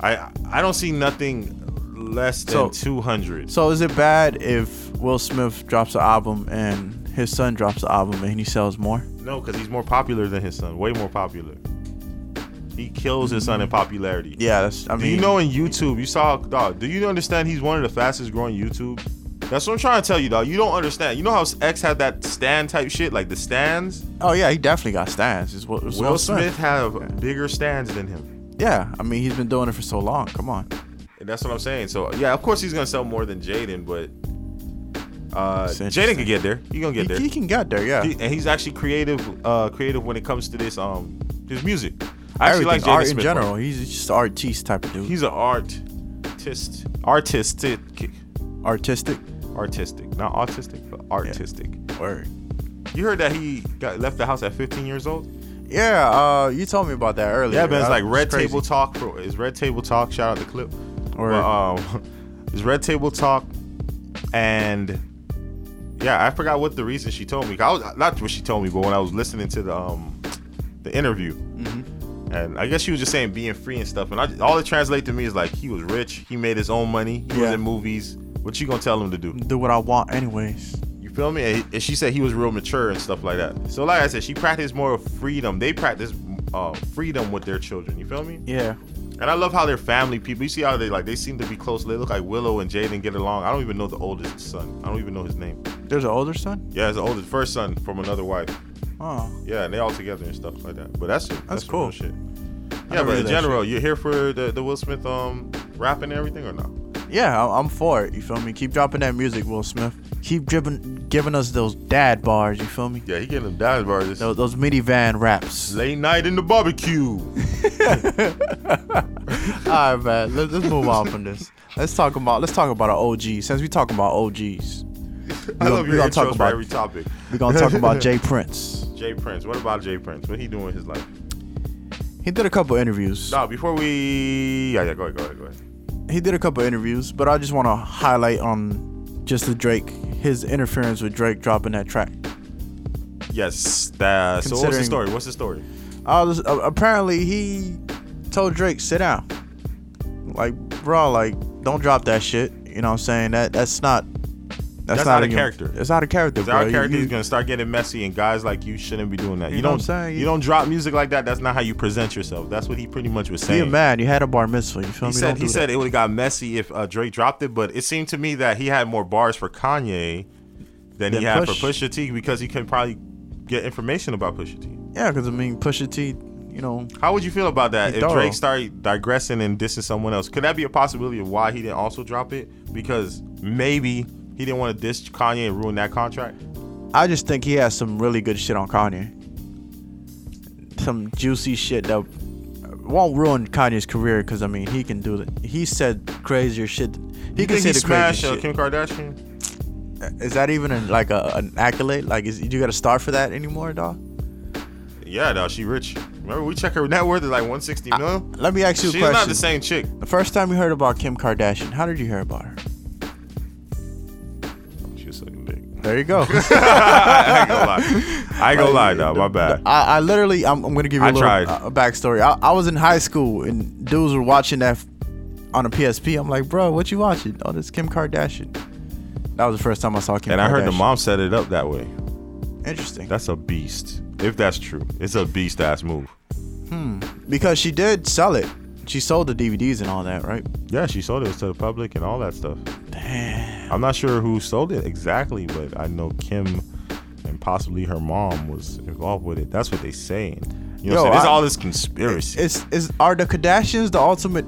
Speaker 12: I I don't see nothing less than
Speaker 3: So-
Speaker 12: two hundred.
Speaker 3: So is it bad if Will Smith drops an album and his son drops an album and he sells more?
Speaker 12: No, because he's more popular than his son. Way more popular. He kills his son in popularity.
Speaker 3: Yeah, that's. I
Speaker 12: do
Speaker 3: mean,
Speaker 12: you know in YouTube, you saw dog. Do you understand he's one of the fastest growing YouTube? That's what I'm trying to tell you, dog. You don't understand. You know how X had that stand type shit, like the stands.
Speaker 3: Oh yeah, he definitely got stands. It's, Will- it's
Speaker 12: Will Smith have bigger stands than him.
Speaker 3: Yeah, I mean he's been doing it for so long. Come on.
Speaker 12: And that's what I'm saying. So yeah, of course he's gonna sell more than Jaden, but uh,
Speaker 3: It's
Speaker 12: Jaden can get there. He gonna get
Speaker 3: He-
Speaker 12: there.
Speaker 3: he can get there, yeah.
Speaker 12: He- and he's actually creative, uh, creative when it comes to this um his music. I actually like
Speaker 3: Everything,
Speaker 12: Jaden
Speaker 3: art
Speaker 12: Smith,
Speaker 3: in
Speaker 12: bro.
Speaker 3: general. He's just an artiste type of dude.
Speaker 12: He's an artist, artistic,
Speaker 3: artistic,
Speaker 12: artistic, not autistic, but artistic.
Speaker 3: Word.
Speaker 12: You heard that he got left the house at 15 years old.
Speaker 3: yeah. Uh, you told me about that earlier.
Speaker 12: Yeah, man, it's
Speaker 3: That
Speaker 12: like
Speaker 3: was
Speaker 12: Red
Speaker 3: crazy.
Speaker 12: Table Talk. Bro. It's Red Table Talk. Shout out the clip.
Speaker 3: Or-
Speaker 12: But, um, it's Red Table Talk, and yeah, I forgot what the reason she told me. I was not what she told me, but when I was listening to the um the interview, and I guess she was just saying being free and stuff. And I, all it translates to me is like he was rich, he made his own money, he was
Speaker 3: Yeah.
Speaker 12: in movies. What you gonna tell him to do?
Speaker 3: Do what I want, anyways.
Speaker 12: You feel me? And, and she said he was real mature and stuff like that. So like I said, she practiced more of freedom. They practice uh, freedom with their children. You feel me?
Speaker 3: Yeah.
Speaker 12: And I love how they're family people. You see how they like they seem to be close. They look like Willow and Jaden get along. I don't even know the oldest son. I don't even know his name.
Speaker 3: There's an older son.
Speaker 12: Yeah, his oldest first son from another wife.
Speaker 3: Oh.
Speaker 12: Yeah, and they all together and stuff like that. But that's that's,
Speaker 3: That's
Speaker 12: some
Speaker 3: cool.
Speaker 12: real shit.
Speaker 3: I
Speaker 12: Yeah,
Speaker 3: never
Speaker 12: but
Speaker 3: heard
Speaker 12: in
Speaker 3: that
Speaker 12: general, you're here for the, the Will Smith um rapping and everything or not?
Speaker 3: Yeah, I- I'm for it. You feel me? Keep dropping that music, Will Smith. Keep dripping, giving us those dad bars. You feel me?
Speaker 12: Yeah, he getting them dime bars.
Speaker 3: Those, those minivan raps.
Speaker 12: Late night in the barbecue.
Speaker 3: All right, man. Let, let's move on from this. Let's talk about let's talk about our OGs. Since we talking about OGs,
Speaker 12: I
Speaker 3: we
Speaker 12: love
Speaker 3: we
Speaker 12: your intros for every topic.
Speaker 3: We're gonna talk about Jay Prince.
Speaker 12: Jay Prince. What about Jay Prince? What he doing with his life?
Speaker 3: He did a couple interviews.
Speaker 12: Nah, before we yeah yeah go ahead go ahead go ahead.
Speaker 3: he did a couple interviews, but I just want to highlight on just the Drake, his interference with Drake dropping that track.
Speaker 12: Yes. That, so what's the
Speaker 3: Considering-
Speaker 12: story? What's the story?
Speaker 3: I was, uh, apparently he told Drake sit down, like bro, like don't drop that shit. You know what I'm saying? That that's not
Speaker 12: That's
Speaker 3: that's, not
Speaker 12: out of
Speaker 3: in your-
Speaker 12: character.
Speaker 3: It's out of character.
Speaker 12: Because our
Speaker 3: bro.
Speaker 12: character
Speaker 3: You-
Speaker 12: is gonna start getting messy, and guys like you shouldn't be doing that.
Speaker 3: You
Speaker 12: You,
Speaker 3: know
Speaker 12: don't.
Speaker 3: what I'm saying?
Speaker 12: You don't drop music like that. That's not how you present yourself. That's what he pretty much was
Speaker 3: Be a
Speaker 12: saying.
Speaker 3: man. You had a bar mitzvah. You feel
Speaker 12: He
Speaker 3: me?
Speaker 12: said
Speaker 3: Don't
Speaker 12: he
Speaker 3: do that.
Speaker 12: said it would have got messy if uh, Drake dropped it, but it seemed to me that he had more bars for Kanye than
Speaker 3: Than
Speaker 12: he had
Speaker 3: Push.
Speaker 12: for Pusha T because he could probably get information about Pusha T.
Speaker 3: Yeah, because I mean, Pusha T, you know.
Speaker 12: How would you feel about that
Speaker 3: He
Speaker 12: if
Speaker 3: thorough.
Speaker 12: Drake started digressing and dissing someone else? Could that be a possibility of why he didn't also drop it? Because maybe he didn't want to diss Kanye and ruin that contract.
Speaker 3: I just think he has some really good shit on Kanye. Some juicy shit that won't ruin Kanye's career because I mean he can do it. He said crazier shit. He
Speaker 12: You
Speaker 3: can
Speaker 12: think
Speaker 3: say
Speaker 12: he
Speaker 3: the
Speaker 12: smashed
Speaker 3: craziest
Speaker 12: uh,
Speaker 3: shit.
Speaker 12: Kim Kardashian?
Speaker 3: Is that even a, like a, an accolade? Like, is you got to star for that anymore, dog?
Speaker 12: Yeah, dog, she rich. Remember, we check her net worth is like 160 million.
Speaker 3: Let me ask you a
Speaker 12: She's
Speaker 3: question.
Speaker 12: not the same chick.
Speaker 3: The first time you heard about Kim Kardashian, how did you hear about her?
Speaker 12: She was sucking dick.
Speaker 3: There you go.
Speaker 12: I ain't gonna lie. I ain't gonna lie, dog. My bad.
Speaker 3: I, I literally, I'm, I'm gonna give you a
Speaker 12: I
Speaker 3: little
Speaker 12: tried.
Speaker 3: uh, backstory. I, I was in high school and dudes were watching that f- on a PSP. I'm like, bro, what you watching? Oh, this Kim Kardashian. That was the first time I saw Kim.
Speaker 12: And I heard the
Speaker 3: Kardashian.
Speaker 12: mom set it up that way.
Speaker 3: Interesting.
Speaker 12: That's a beast. If that's true, it's a beast ass move.
Speaker 3: Hmm. Because she did sell it. She sold the DVDs and all that, right?
Speaker 12: Yeah, she sold it to the public and all that stuff. Damn. I'm not sure who sold it exactly, but I know Kim and possibly her mom was involved with it. That's what they saying. You know,
Speaker 3: Yo,
Speaker 12: what I'm saying? It's
Speaker 3: I-
Speaker 12: all this conspiracy.
Speaker 3: Is is are the Kardashians the ultimate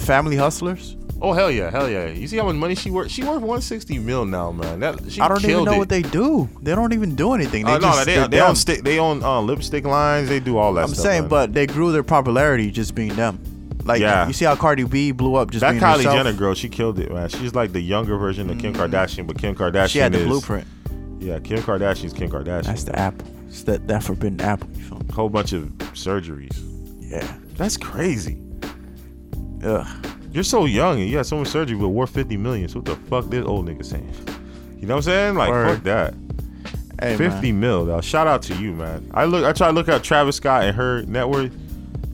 Speaker 3: family hustlers?
Speaker 12: Oh hell yeah, hell yeah! You see how much money she worth? She worth 160 mil now, man. That she
Speaker 3: I don't even
Speaker 12: killed
Speaker 3: know
Speaker 12: it.
Speaker 3: what they do. They don't even do anything. They
Speaker 12: Uh, no,
Speaker 3: just
Speaker 12: they,
Speaker 3: they're
Speaker 12: they
Speaker 3: them.
Speaker 12: own stick. They own uh, lipstick lines. They do all that.
Speaker 3: I'm
Speaker 12: stuff,
Speaker 3: saying,
Speaker 12: man.
Speaker 3: but they grew their popularity just being them. Like
Speaker 12: Yeah.
Speaker 3: you see how Cardi B blew up just
Speaker 12: that
Speaker 3: being
Speaker 12: Kylie
Speaker 3: herself. Mm-hmm.
Speaker 12: Jenner girl, she killed it, man. She's like the younger version of Kim Kardashian, but Kim Kardashian
Speaker 3: She had the
Speaker 12: is-
Speaker 3: blueprint.
Speaker 12: Yeah, Kim Kardashian's Kim Kardashian.
Speaker 3: That's the apple. It's that that forbidden apple. You feel me?
Speaker 12: Whole bunch of surgeries.
Speaker 3: Yeah,
Speaker 12: that's crazy.
Speaker 3: Ugh.
Speaker 12: You're so young and you had so much surgery, but worth 50 million. So what the fuck this old nigga saying? You know what I'm saying? Like
Speaker 3: Word.
Speaker 12: fuck that.
Speaker 3: Hey,
Speaker 12: 50 mil though. Shout out to you, man. I look. I try to look at Travis Scott and her net worth.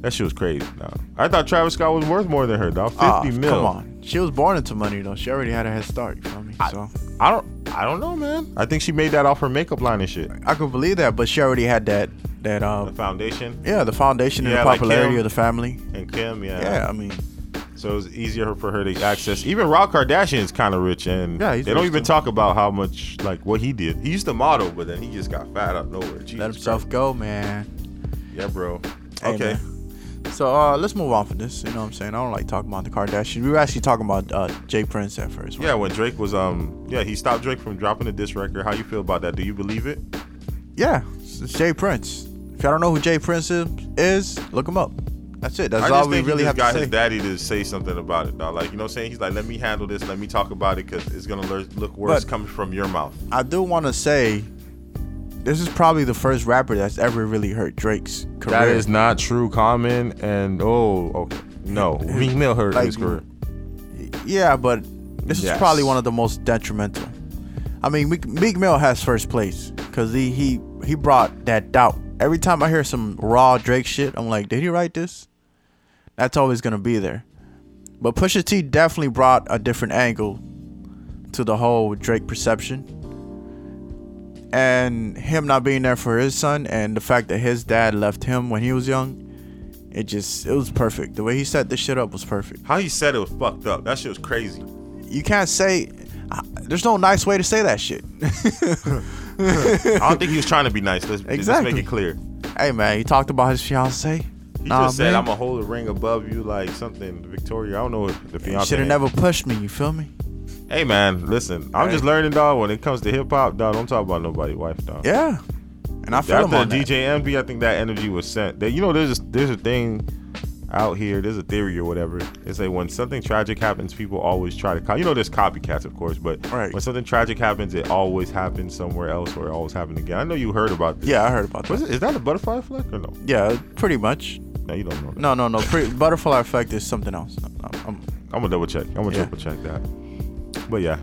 Speaker 12: That shit was crazy. Now I thought Travis Scott was worth more than her. Dog. 50
Speaker 3: Ah,
Speaker 12: mil.
Speaker 3: Come on, she was born into money though. She already had a head start. You feel me? So
Speaker 12: I don't. I don't know, man. I think she made that off her makeup line and shit.
Speaker 3: I could believe that, but she already had that that um
Speaker 12: Foundation
Speaker 3: yeah the foundation and
Speaker 12: Yeah,
Speaker 3: the
Speaker 12: like
Speaker 3: popularity
Speaker 12: Kim.
Speaker 3: of the family.
Speaker 12: and Kim. Yeah.
Speaker 3: Yeah, I mean.
Speaker 12: So it was easier for her to access. Even Rob Kardashian is kind of rich, and
Speaker 3: Yeah, he's
Speaker 12: they don't
Speaker 3: rich
Speaker 12: even
Speaker 3: too.
Speaker 12: talk about how much like what he did. He used to model, but then he just got fat out of nowhere. Jesus
Speaker 3: Let himself go, man.
Speaker 12: Christ. Yeah, bro.
Speaker 3: Hey,
Speaker 12: okay.
Speaker 3: man. So uh, let's move on from this. You know what I'm saying? I don't like talking about the Kardashians. We were actually talking about uh, Jay Prince at first.
Speaker 12: Yeah, when Drake was um, yeah, he stopped Drake from dropping the diss record. How you feel about that? Do you believe it?
Speaker 3: Yeah, it's it's Jay Prince. If y'all don't know who Jay Prince is, is look him up. That's it. That's
Speaker 12: I just
Speaker 3: all we
Speaker 12: think
Speaker 3: really
Speaker 12: he
Speaker 3: have
Speaker 12: just got
Speaker 3: to say.
Speaker 12: his daddy to say something about it, dog. Like you know, what I'm saying he's like, let me handle this, let me talk about it, because it's gonna lear- look worse
Speaker 3: But-
Speaker 12: coming from your mouth.
Speaker 3: I do want to say, this is probably the first rapper that's ever really hurt Drake's career.
Speaker 12: That is not true, Common. And oh, okay, no, he mail her
Speaker 3: Like,
Speaker 12: his career.
Speaker 3: Yeah, but this
Speaker 12: Yes.
Speaker 3: is probably one of the most detrimental. I mean, Meek, Meek Mill has first place because he, he he brought that doubt. Every time I hear some raw Drake shit, I'm like, did he write this? That's always gonna be there. But Pusha T definitely brought a different angle to the whole Drake perception. And him not being there for his son and the fact that his dad left him when he was young, it just it was perfect. The way he set this shit up was perfect.
Speaker 12: How he said it was fucked up. That shit was crazy.
Speaker 3: You can't say. I- There's no nice way to say that shit.
Speaker 12: I don't think he was trying to be nice. Let's,
Speaker 3: Exactly.
Speaker 12: let's make it clear.
Speaker 3: Hey man, he talked about his fiance.
Speaker 12: He
Speaker 3: Nah,
Speaker 12: just said,
Speaker 3: man.
Speaker 12: "I'm gonna hold a ring above you, like something, Victoria." I don't know if the
Speaker 3: You
Speaker 12: fiance.
Speaker 3: should have never pushed me. You feel me?
Speaker 12: Hey man, listen. I'm
Speaker 3: Hey.
Speaker 12: just learning, dog. When it comes to hip hop, dog, don't talk about nobody, wife, dog.
Speaker 3: Yeah. And I feel him
Speaker 12: after
Speaker 3: on that.
Speaker 12: DJ MV, I think that energy was sent. That you know, there's a, there's a thing out here. There's a theory or whatever. It's like when something tragic happens, people always try to. Co- you know, there's copycats, of course, but when something tragic happens, it always happens somewhere else or it always happened again. I know you heard about this.
Speaker 3: Yeah, I heard about that.
Speaker 12: Was it- Is that a butterfly effect or no?
Speaker 3: Yeah, pretty much.
Speaker 12: No, you don't know.
Speaker 3: No, no, no. Pre- butterfly effect is something else. I'm, I'm
Speaker 12: I'm gonna double check. I'm gonna
Speaker 3: Yeah.
Speaker 12: triple check that. But yeah,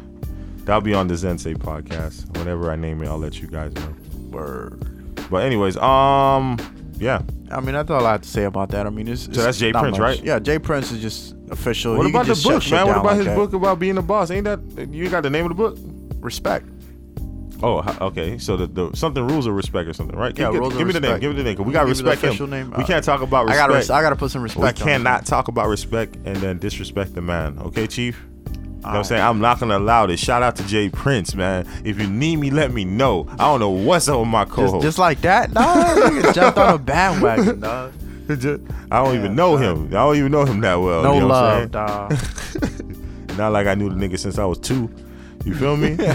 Speaker 12: that'll be on the Zensei podcast. Whenever I name it, I'll let you guys know. Word. But anyways, um, yeah.
Speaker 3: I mean, that's all I have to say about that. I mean, it's, it's
Speaker 12: that's Jay
Speaker 3: not
Speaker 12: Prince,
Speaker 3: much.
Speaker 12: right?
Speaker 3: Yeah, Jay Prince is just official.
Speaker 12: What
Speaker 3: He can
Speaker 12: about the
Speaker 3: just shut
Speaker 12: book,
Speaker 3: shit
Speaker 12: man? What
Speaker 3: down
Speaker 12: about
Speaker 3: like
Speaker 12: his
Speaker 3: that.
Speaker 12: book about being a boss? Ain't that you got the name of the book? Respect. Oh, h- okay. So the, the something rules of respect or something, right?
Speaker 3: Yeah,
Speaker 12: give,
Speaker 3: rules of
Speaker 12: give me the name.
Speaker 3: respect.
Speaker 12: Give me the name. 'cause We
Speaker 3: You
Speaker 12: got
Speaker 3: give me the
Speaker 12: respect. him.
Speaker 3: official name?
Speaker 12: We
Speaker 3: Uh,
Speaker 12: can't talk about
Speaker 3: I
Speaker 12: respect.
Speaker 3: gotta res- I gotta put some respect
Speaker 12: We
Speaker 3: on
Speaker 12: cannot talk about respect and then disrespect the man. Okay, chief. You know what I'm saying? I'm not gonna allow this. Shout out to Jay Prince, man. If you need me, let me know. I don't know what's up with my co-host.
Speaker 3: Just, just like that, nah, nigga jumped on a bandwagon, dog.
Speaker 12: Just- I don't even know him. I don't even know him that well.
Speaker 3: No
Speaker 12: you know
Speaker 3: love,
Speaker 12: what Oh, I'm saying? Not like I knew the nigga since I was two. You feel me? no,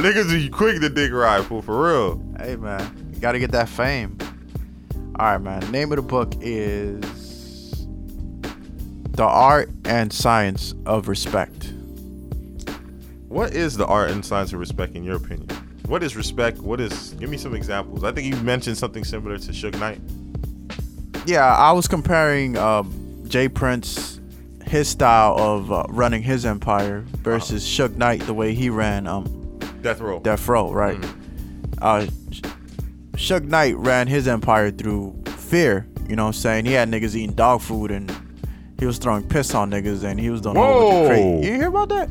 Speaker 12: niggas be quick to dick ride fool, for real.
Speaker 3: Hey man, you gotta get that fame. All right, man. Name of the book is "The Art and Science of Respect."
Speaker 12: What is the art and science of respect in your opinion? What is respect? What is? Give me some examples. I think you mentioned something similar to Suge Knight.
Speaker 3: Yeah, I was comparing um, Jay Prince, his style of uh, running his empire versus Suge Knight, the way he ran um,
Speaker 12: Death Row.
Speaker 3: Death Row, right?
Speaker 12: Mm.
Speaker 3: Uh, Sh- Suge Knight ran his empire through fear. You know what I'm saying? He had niggas eating dog food and he was throwing piss on niggas and he was doing all the
Speaker 12: Whoa.
Speaker 3: crazy. You hear about that?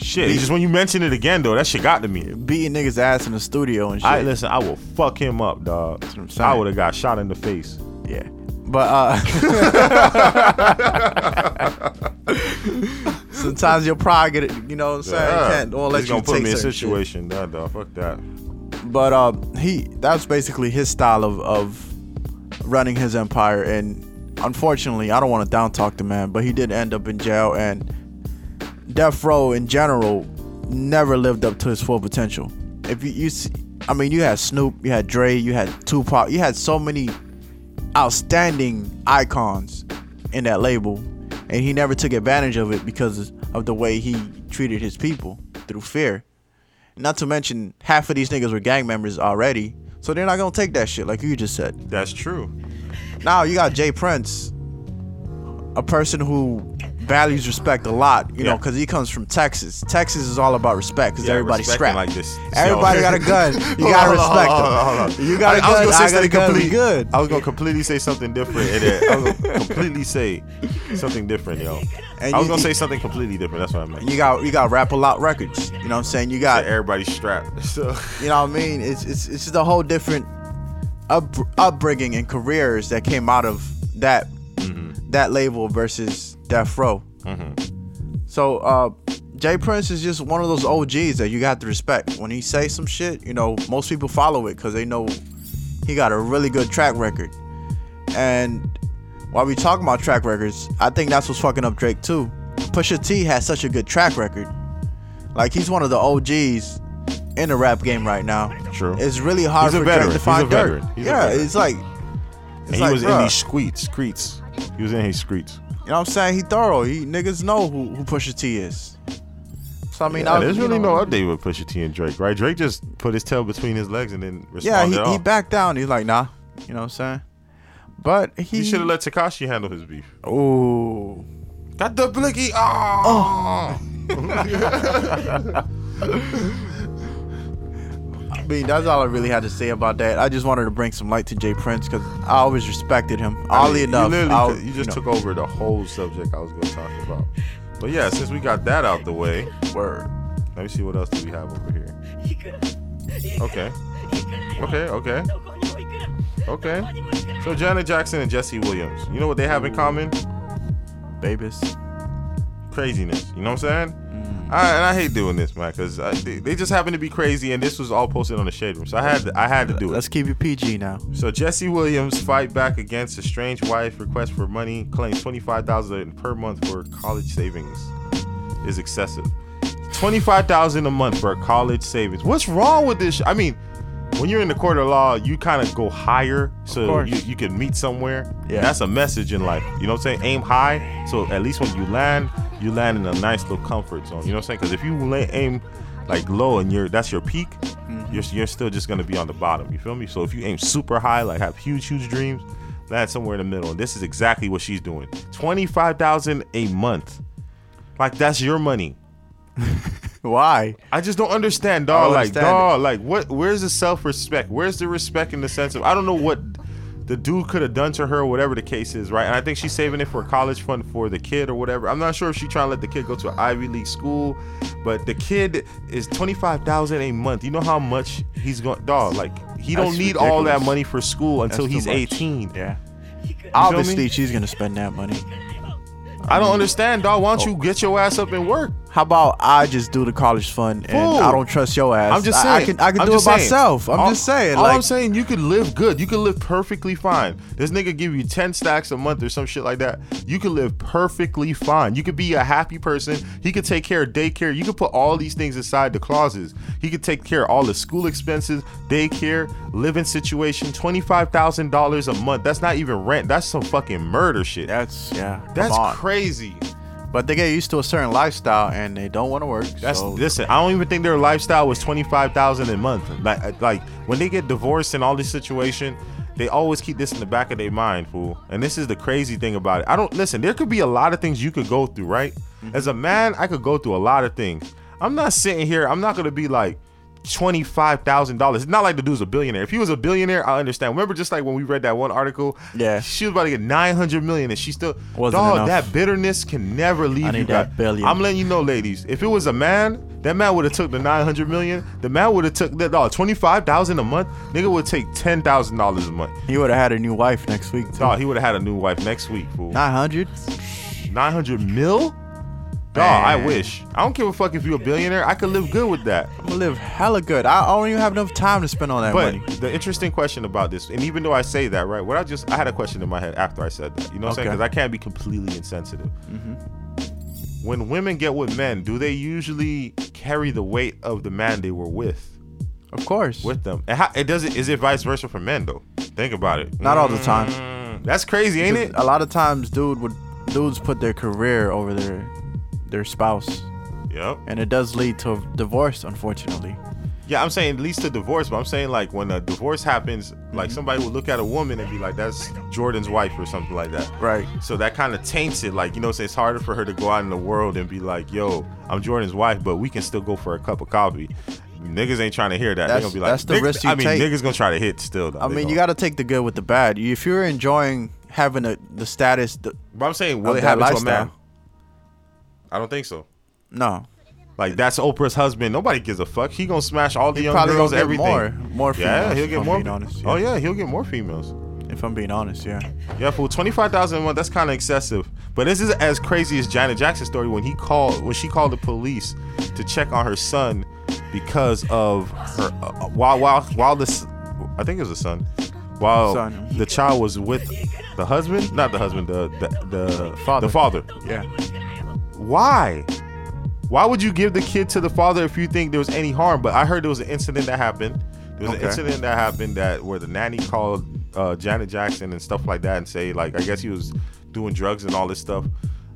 Speaker 12: Shit, it's just when you mention it again though, that shit got to me.
Speaker 3: Beating niggas ass in the studio and shit.
Speaker 12: I listen. I will fuck him up, dog. I would have got shot in the face.
Speaker 3: Yeah. But uh sometimes your pride get it, you know what I'm saying?
Speaker 12: Yeah.
Speaker 3: Can't won't let
Speaker 12: He's
Speaker 3: you
Speaker 12: gonna put
Speaker 3: take
Speaker 12: me in a
Speaker 3: certain
Speaker 12: situation. Nah, dog. Fuck that.
Speaker 3: shit. But uh he that's basically his style of of running his empire and unfortunately I don't want to down talk the man, but he did end up in jail and Death Row in general never lived up to his full potential. If you, you see, I mean, you had Snoop, you had Dre, you had Tupac, you had so many outstanding icons in that label, and he never took advantage of it because of the way he treated his people through fear. Not to mention, half of these niggas were gang members already, so they're not gonna take that shit like you just said.
Speaker 12: That's true.
Speaker 3: Now you got Jay Prince, a person who values respect a lot, you know,
Speaker 12: Yeah.
Speaker 3: because he comes from Texas. Texas is all about respect because
Speaker 12: Yeah,
Speaker 3: everybody's
Speaker 12: respecting like
Speaker 3: strapped.
Speaker 12: this.
Speaker 3: Everybody got a gun. You
Speaker 12: Hold
Speaker 3: gotta
Speaker 12: on, hold on,
Speaker 3: respect
Speaker 12: hold on,
Speaker 3: them.
Speaker 12: hold on, hold on.
Speaker 3: You got a
Speaker 12: I, I was
Speaker 3: gun.
Speaker 12: gonna say
Speaker 3: I got a
Speaker 12: something
Speaker 3: gun. We
Speaker 12: completely
Speaker 3: good.
Speaker 12: I was gonna completely say something different. And then I was gonna completely say something different, yo.
Speaker 3: And
Speaker 12: I was
Speaker 3: you-
Speaker 12: gonna say something completely different. That's what I meant.
Speaker 3: You got you got rap a lot records. You know what I'm saying? You got
Speaker 12: everybody's strapped. So
Speaker 3: you know what I mean? It's it's it's just a whole different up, upbringing and careers that came out of that that label versus Death Row. So uh, Jay Prince is just one of those OGs that you got to respect. When he say some shit, you know, most people follow it because they know he got a really good track record. And while we talking about track records, I think that's what's fucking up Drake too. Pusha T has such a good track record. Like he's one of the OGs in the rap game right now.
Speaker 12: True.
Speaker 3: It's really hard
Speaker 12: He's a
Speaker 3: for Drake
Speaker 12: veteran.
Speaker 3: to
Speaker 12: He's
Speaker 3: find
Speaker 12: a
Speaker 3: dirt.
Speaker 12: veteran. He's a
Speaker 3: yeah,
Speaker 12: veteran.
Speaker 3: it's like
Speaker 12: And
Speaker 3: it's
Speaker 12: he
Speaker 3: like,
Speaker 12: was in
Speaker 3: bruh.
Speaker 12: these squeets, creets. He was in his streets.
Speaker 3: You know what I'm saying? He thorough. He niggas know who, who Pusha T is. So I mean,
Speaker 12: Yeah,
Speaker 3: I,
Speaker 12: there's
Speaker 3: you
Speaker 12: really
Speaker 3: know-
Speaker 12: no update with Pusha T and Drake, right? Drake just put his tail between his legs and then
Speaker 3: Yeah,
Speaker 12: responded. Oh,
Speaker 3: he, he
Speaker 12: off.
Speaker 3: backed down. He's like, nah. You know what I'm saying? But he,
Speaker 12: he should have let Takashi handle his beef.
Speaker 3: Ooh.
Speaker 12: Got the blicky. Oh.
Speaker 3: I mean, that's all I really had to say about that. I just wanted to bring some light to Jay Prince because I always respected him. Oddly
Speaker 12: mean,
Speaker 3: enough,
Speaker 12: you, literally
Speaker 3: I'll-
Speaker 12: could- you just
Speaker 3: know.
Speaker 12: took over the whole subject I was going to talk about. But yeah, since we got that out the way,
Speaker 3: word.
Speaker 12: Let me see what else do we have over here. Okay, okay, okay, okay. So Janet Jackson and Jesse Williams, you know what they have in common?
Speaker 3: Babies.
Speaker 12: Craziness. You know what I'm saying? I, and I hate doing this, man, because they, they just happen to be crazy, and this was all posted on the shade room, so I had to, I had to do it.
Speaker 3: Let's keep it PG now.
Speaker 12: So Jesse Williams fight back against estranged wife request for money, claims twenty five thousand per month for college savings is excessive. Twenty five thousand a month for a college savings. What's wrong with this? sh- I mean, when you're in the court of law, you kind of go higher so
Speaker 3: course.
Speaker 12: you, you can meet somewhere.
Speaker 3: Yeah.
Speaker 12: that's a message in life. You know what I'm saying? Aim high, so at least when you land, you land in a nice little comfort zone. You know what I'm saying? Because if you la- aim like low and you're that's your peak, you're, you're still just gonna be on the bottom. You feel me? So if you aim super high, like have huge, huge dreams, land somewhere in the middle. And this is exactly what she's doing. Twenty five thousand a month. Like that's your money.
Speaker 3: Why?
Speaker 12: I just don't understand, dog.
Speaker 3: don't
Speaker 12: like,
Speaker 3: understand
Speaker 12: dog. Like, what? Where's the self respect? Where's the respect in the sense of I don't know what the dude could have done to her, whatever the case is, right? And I think she's saving it for a college fund for the kid or whatever. I'm not sure if she's trying to let the kid go to an Ivy League school, but the kid is twenty five thousand a month. You know how much he's going, dog. Like, he don't
Speaker 3: That's
Speaker 12: need all that
Speaker 3: ridiculous.
Speaker 12: money for school until
Speaker 3: That's
Speaker 12: he's
Speaker 3: too much.
Speaker 12: eighteen.
Speaker 3: Yeah.
Speaker 12: me?
Speaker 3: Obviously, she's gonna spend that money.
Speaker 12: I
Speaker 3: Oh.
Speaker 12: don't understand, dog. Why don't you get your ass up and work?
Speaker 3: How about I just do the college fund and
Speaker 12: Fool.
Speaker 3: I don't trust your ass?
Speaker 12: I'm just
Speaker 3: I-
Speaker 12: saying.
Speaker 3: I, can I can
Speaker 12: I'm
Speaker 3: do it
Speaker 12: just saying.
Speaker 3: myself. I'm
Speaker 12: All-
Speaker 3: just saying.
Speaker 12: All
Speaker 3: like,
Speaker 12: I'm saying, you could live good. You could live perfectly fine. This nigga give you ten stacks a month or some shit like that. You could live perfectly fine. You could be a happy person. He could take care of daycare. You could put all these things aside the clauses. He could take care of all the school expenses, daycare, living situation. Twenty five thousand dollars a month. That's not even rent. That's some fucking murder shit.
Speaker 3: That's yeah.
Speaker 12: That's
Speaker 3: on.
Speaker 12: crazy.
Speaker 3: But they get used to a certain lifestyle and they don't want to work.
Speaker 12: That's
Speaker 3: so
Speaker 12: listen. I don't even think their lifestyle was twenty five thousand a month. Like uh, like when they get divorced and all this situation, they always keep this in the back of their mind, fool. And this is the crazy thing about it. I don't listen. There could be a lot of things you could go through, right?
Speaker 3: Mm-hmm.
Speaker 12: As a man, I could go through a lot of things. I'm not sitting here. I'm not gonna be like. Twenty-five thousand dollars. It's not like the dude's a billionaire. If he was a billionaire, I understand. Remember, just like when we read that one article,
Speaker 3: Yeah.
Speaker 12: she was about to get nine hundred million, and she still.
Speaker 3: Wasn't
Speaker 12: dog,
Speaker 3: enough.
Speaker 12: that bitterness can never leave
Speaker 3: I
Speaker 12: you
Speaker 3: need that
Speaker 12: guys.
Speaker 3: billion.
Speaker 12: I'm letting you know, ladies. If it was a man, that man would have took the 900 million. The man would have took that dog 25,000 a month. Nigga would take $10,000 a month.
Speaker 3: he would have had a new wife next week.
Speaker 12: Dog, he would have had a new wife next week, fool.
Speaker 3: Nine hundred.
Speaker 12: 900 mil? Dog, I
Speaker 3: Man.
Speaker 12: wish. I don't give a fuck if you're a billionaire. I could live good with that.
Speaker 3: I'm gonna live hella good. I don't even have enough time to spend on that
Speaker 12: But
Speaker 3: money.
Speaker 12: the interesting question about this, and even though I say that, right? What I just I had a question in my head after I said that. You know what I'm saying?
Speaker 3: Okay. Mm-hmm.
Speaker 12: Because I can't be completely insensitive. When women get with men, do they usually carry the weight of the man they were with?
Speaker 3: Of course.
Speaker 12: With them. And how, it doesn't is it vice versa for men though? Think about it.
Speaker 3: Not all the time.
Speaker 12: Mm, that's crazy, ain't it?
Speaker 3: A lot of times, dude would dudes put their career over their their spouse.
Speaker 12: Yep.
Speaker 3: And it does lead to divorce, unfortunately.
Speaker 12: Yeah, I'm saying at least to divorce, but I'm saying like when a divorce happens, like somebody will look at a woman and be like, "That's Jordan's wife" or something like that.
Speaker 3: Right.
Speaker 12: So that kind of taints it. Like you know, what I'm saying? it's harder for her to go out in the world and be like, "Yo, I'm Jordan's wife," but we can still go for a cup of coffee. Niggas ain't trying to hear that.
Speaker 3: That's-
Speaker 12: they gonna be like,
Speaker 3: that's the
Speaker 12: "Niggas-"
Speaker 3: risk you
Speaker 12: I mean,
Speaker 3: take.
Speaker 12: niggas gonna try to hit still. Though.
Speaker 3: I
Speaker 12: They
Speaker 3: mean,
Speaker 12: gonna-
Speaker 3: you got to take the good with the bad. If you're enjoying having a, the status, the,
Speaker 12: But I'm saying, will
Speaker 3: of
Speaker 12: it
Speaker 3: that
Speaker 12: happen to a
Speaker 3: lifestyle.
Speaker 12: man? I don't think so.
Speaker 3: No.
Speaker 12: Like that's Oprah's husband. Nobody gives a fuck. He gonna smash all the
Speaker 3: He
Speaker 12: young
Speaker 3: probably
Speaker 12: girls.
Speaker 3: gonna get
Speaker 12: everything.
Speaker 3: more- more
Speaker 12: Yeah,
Speaker 3: females,
Speaker 12: he'll
Speaker 3: if
Speaker 12: get
Speaker 3: I'm
Speaker 12: more.
Speaker 3: being honest,
Speaker 12: Oh
Speaker 3: yeah.
Speaker 12: yeah, he'll get more females.
Speaker 3: If I'm being honest, yeah.
Speaker 12: Yeah, for twenty five thousand a month, that's kind of excessive. But this is as crazy as Janet Jackson's story when he called when she called the police to check on her son because of her uh, while while while this I think it was a son while
Speaker 3: Son.
Speaker 12: the child was with the husband not the husband the the, the
Speaker 3: Father.
Speaker 12: the father
Speaker 3: Yeah.
Speaker 12: why why would you give the kid to the father if you think there was any harm but i heard there was an incident that happened there was
Speaker 3: Okay.
Speaker 12: an incident that happened that where the nanny called uh, janet jackson and stuff like that and say like i guess he was doing drugs and all this stuff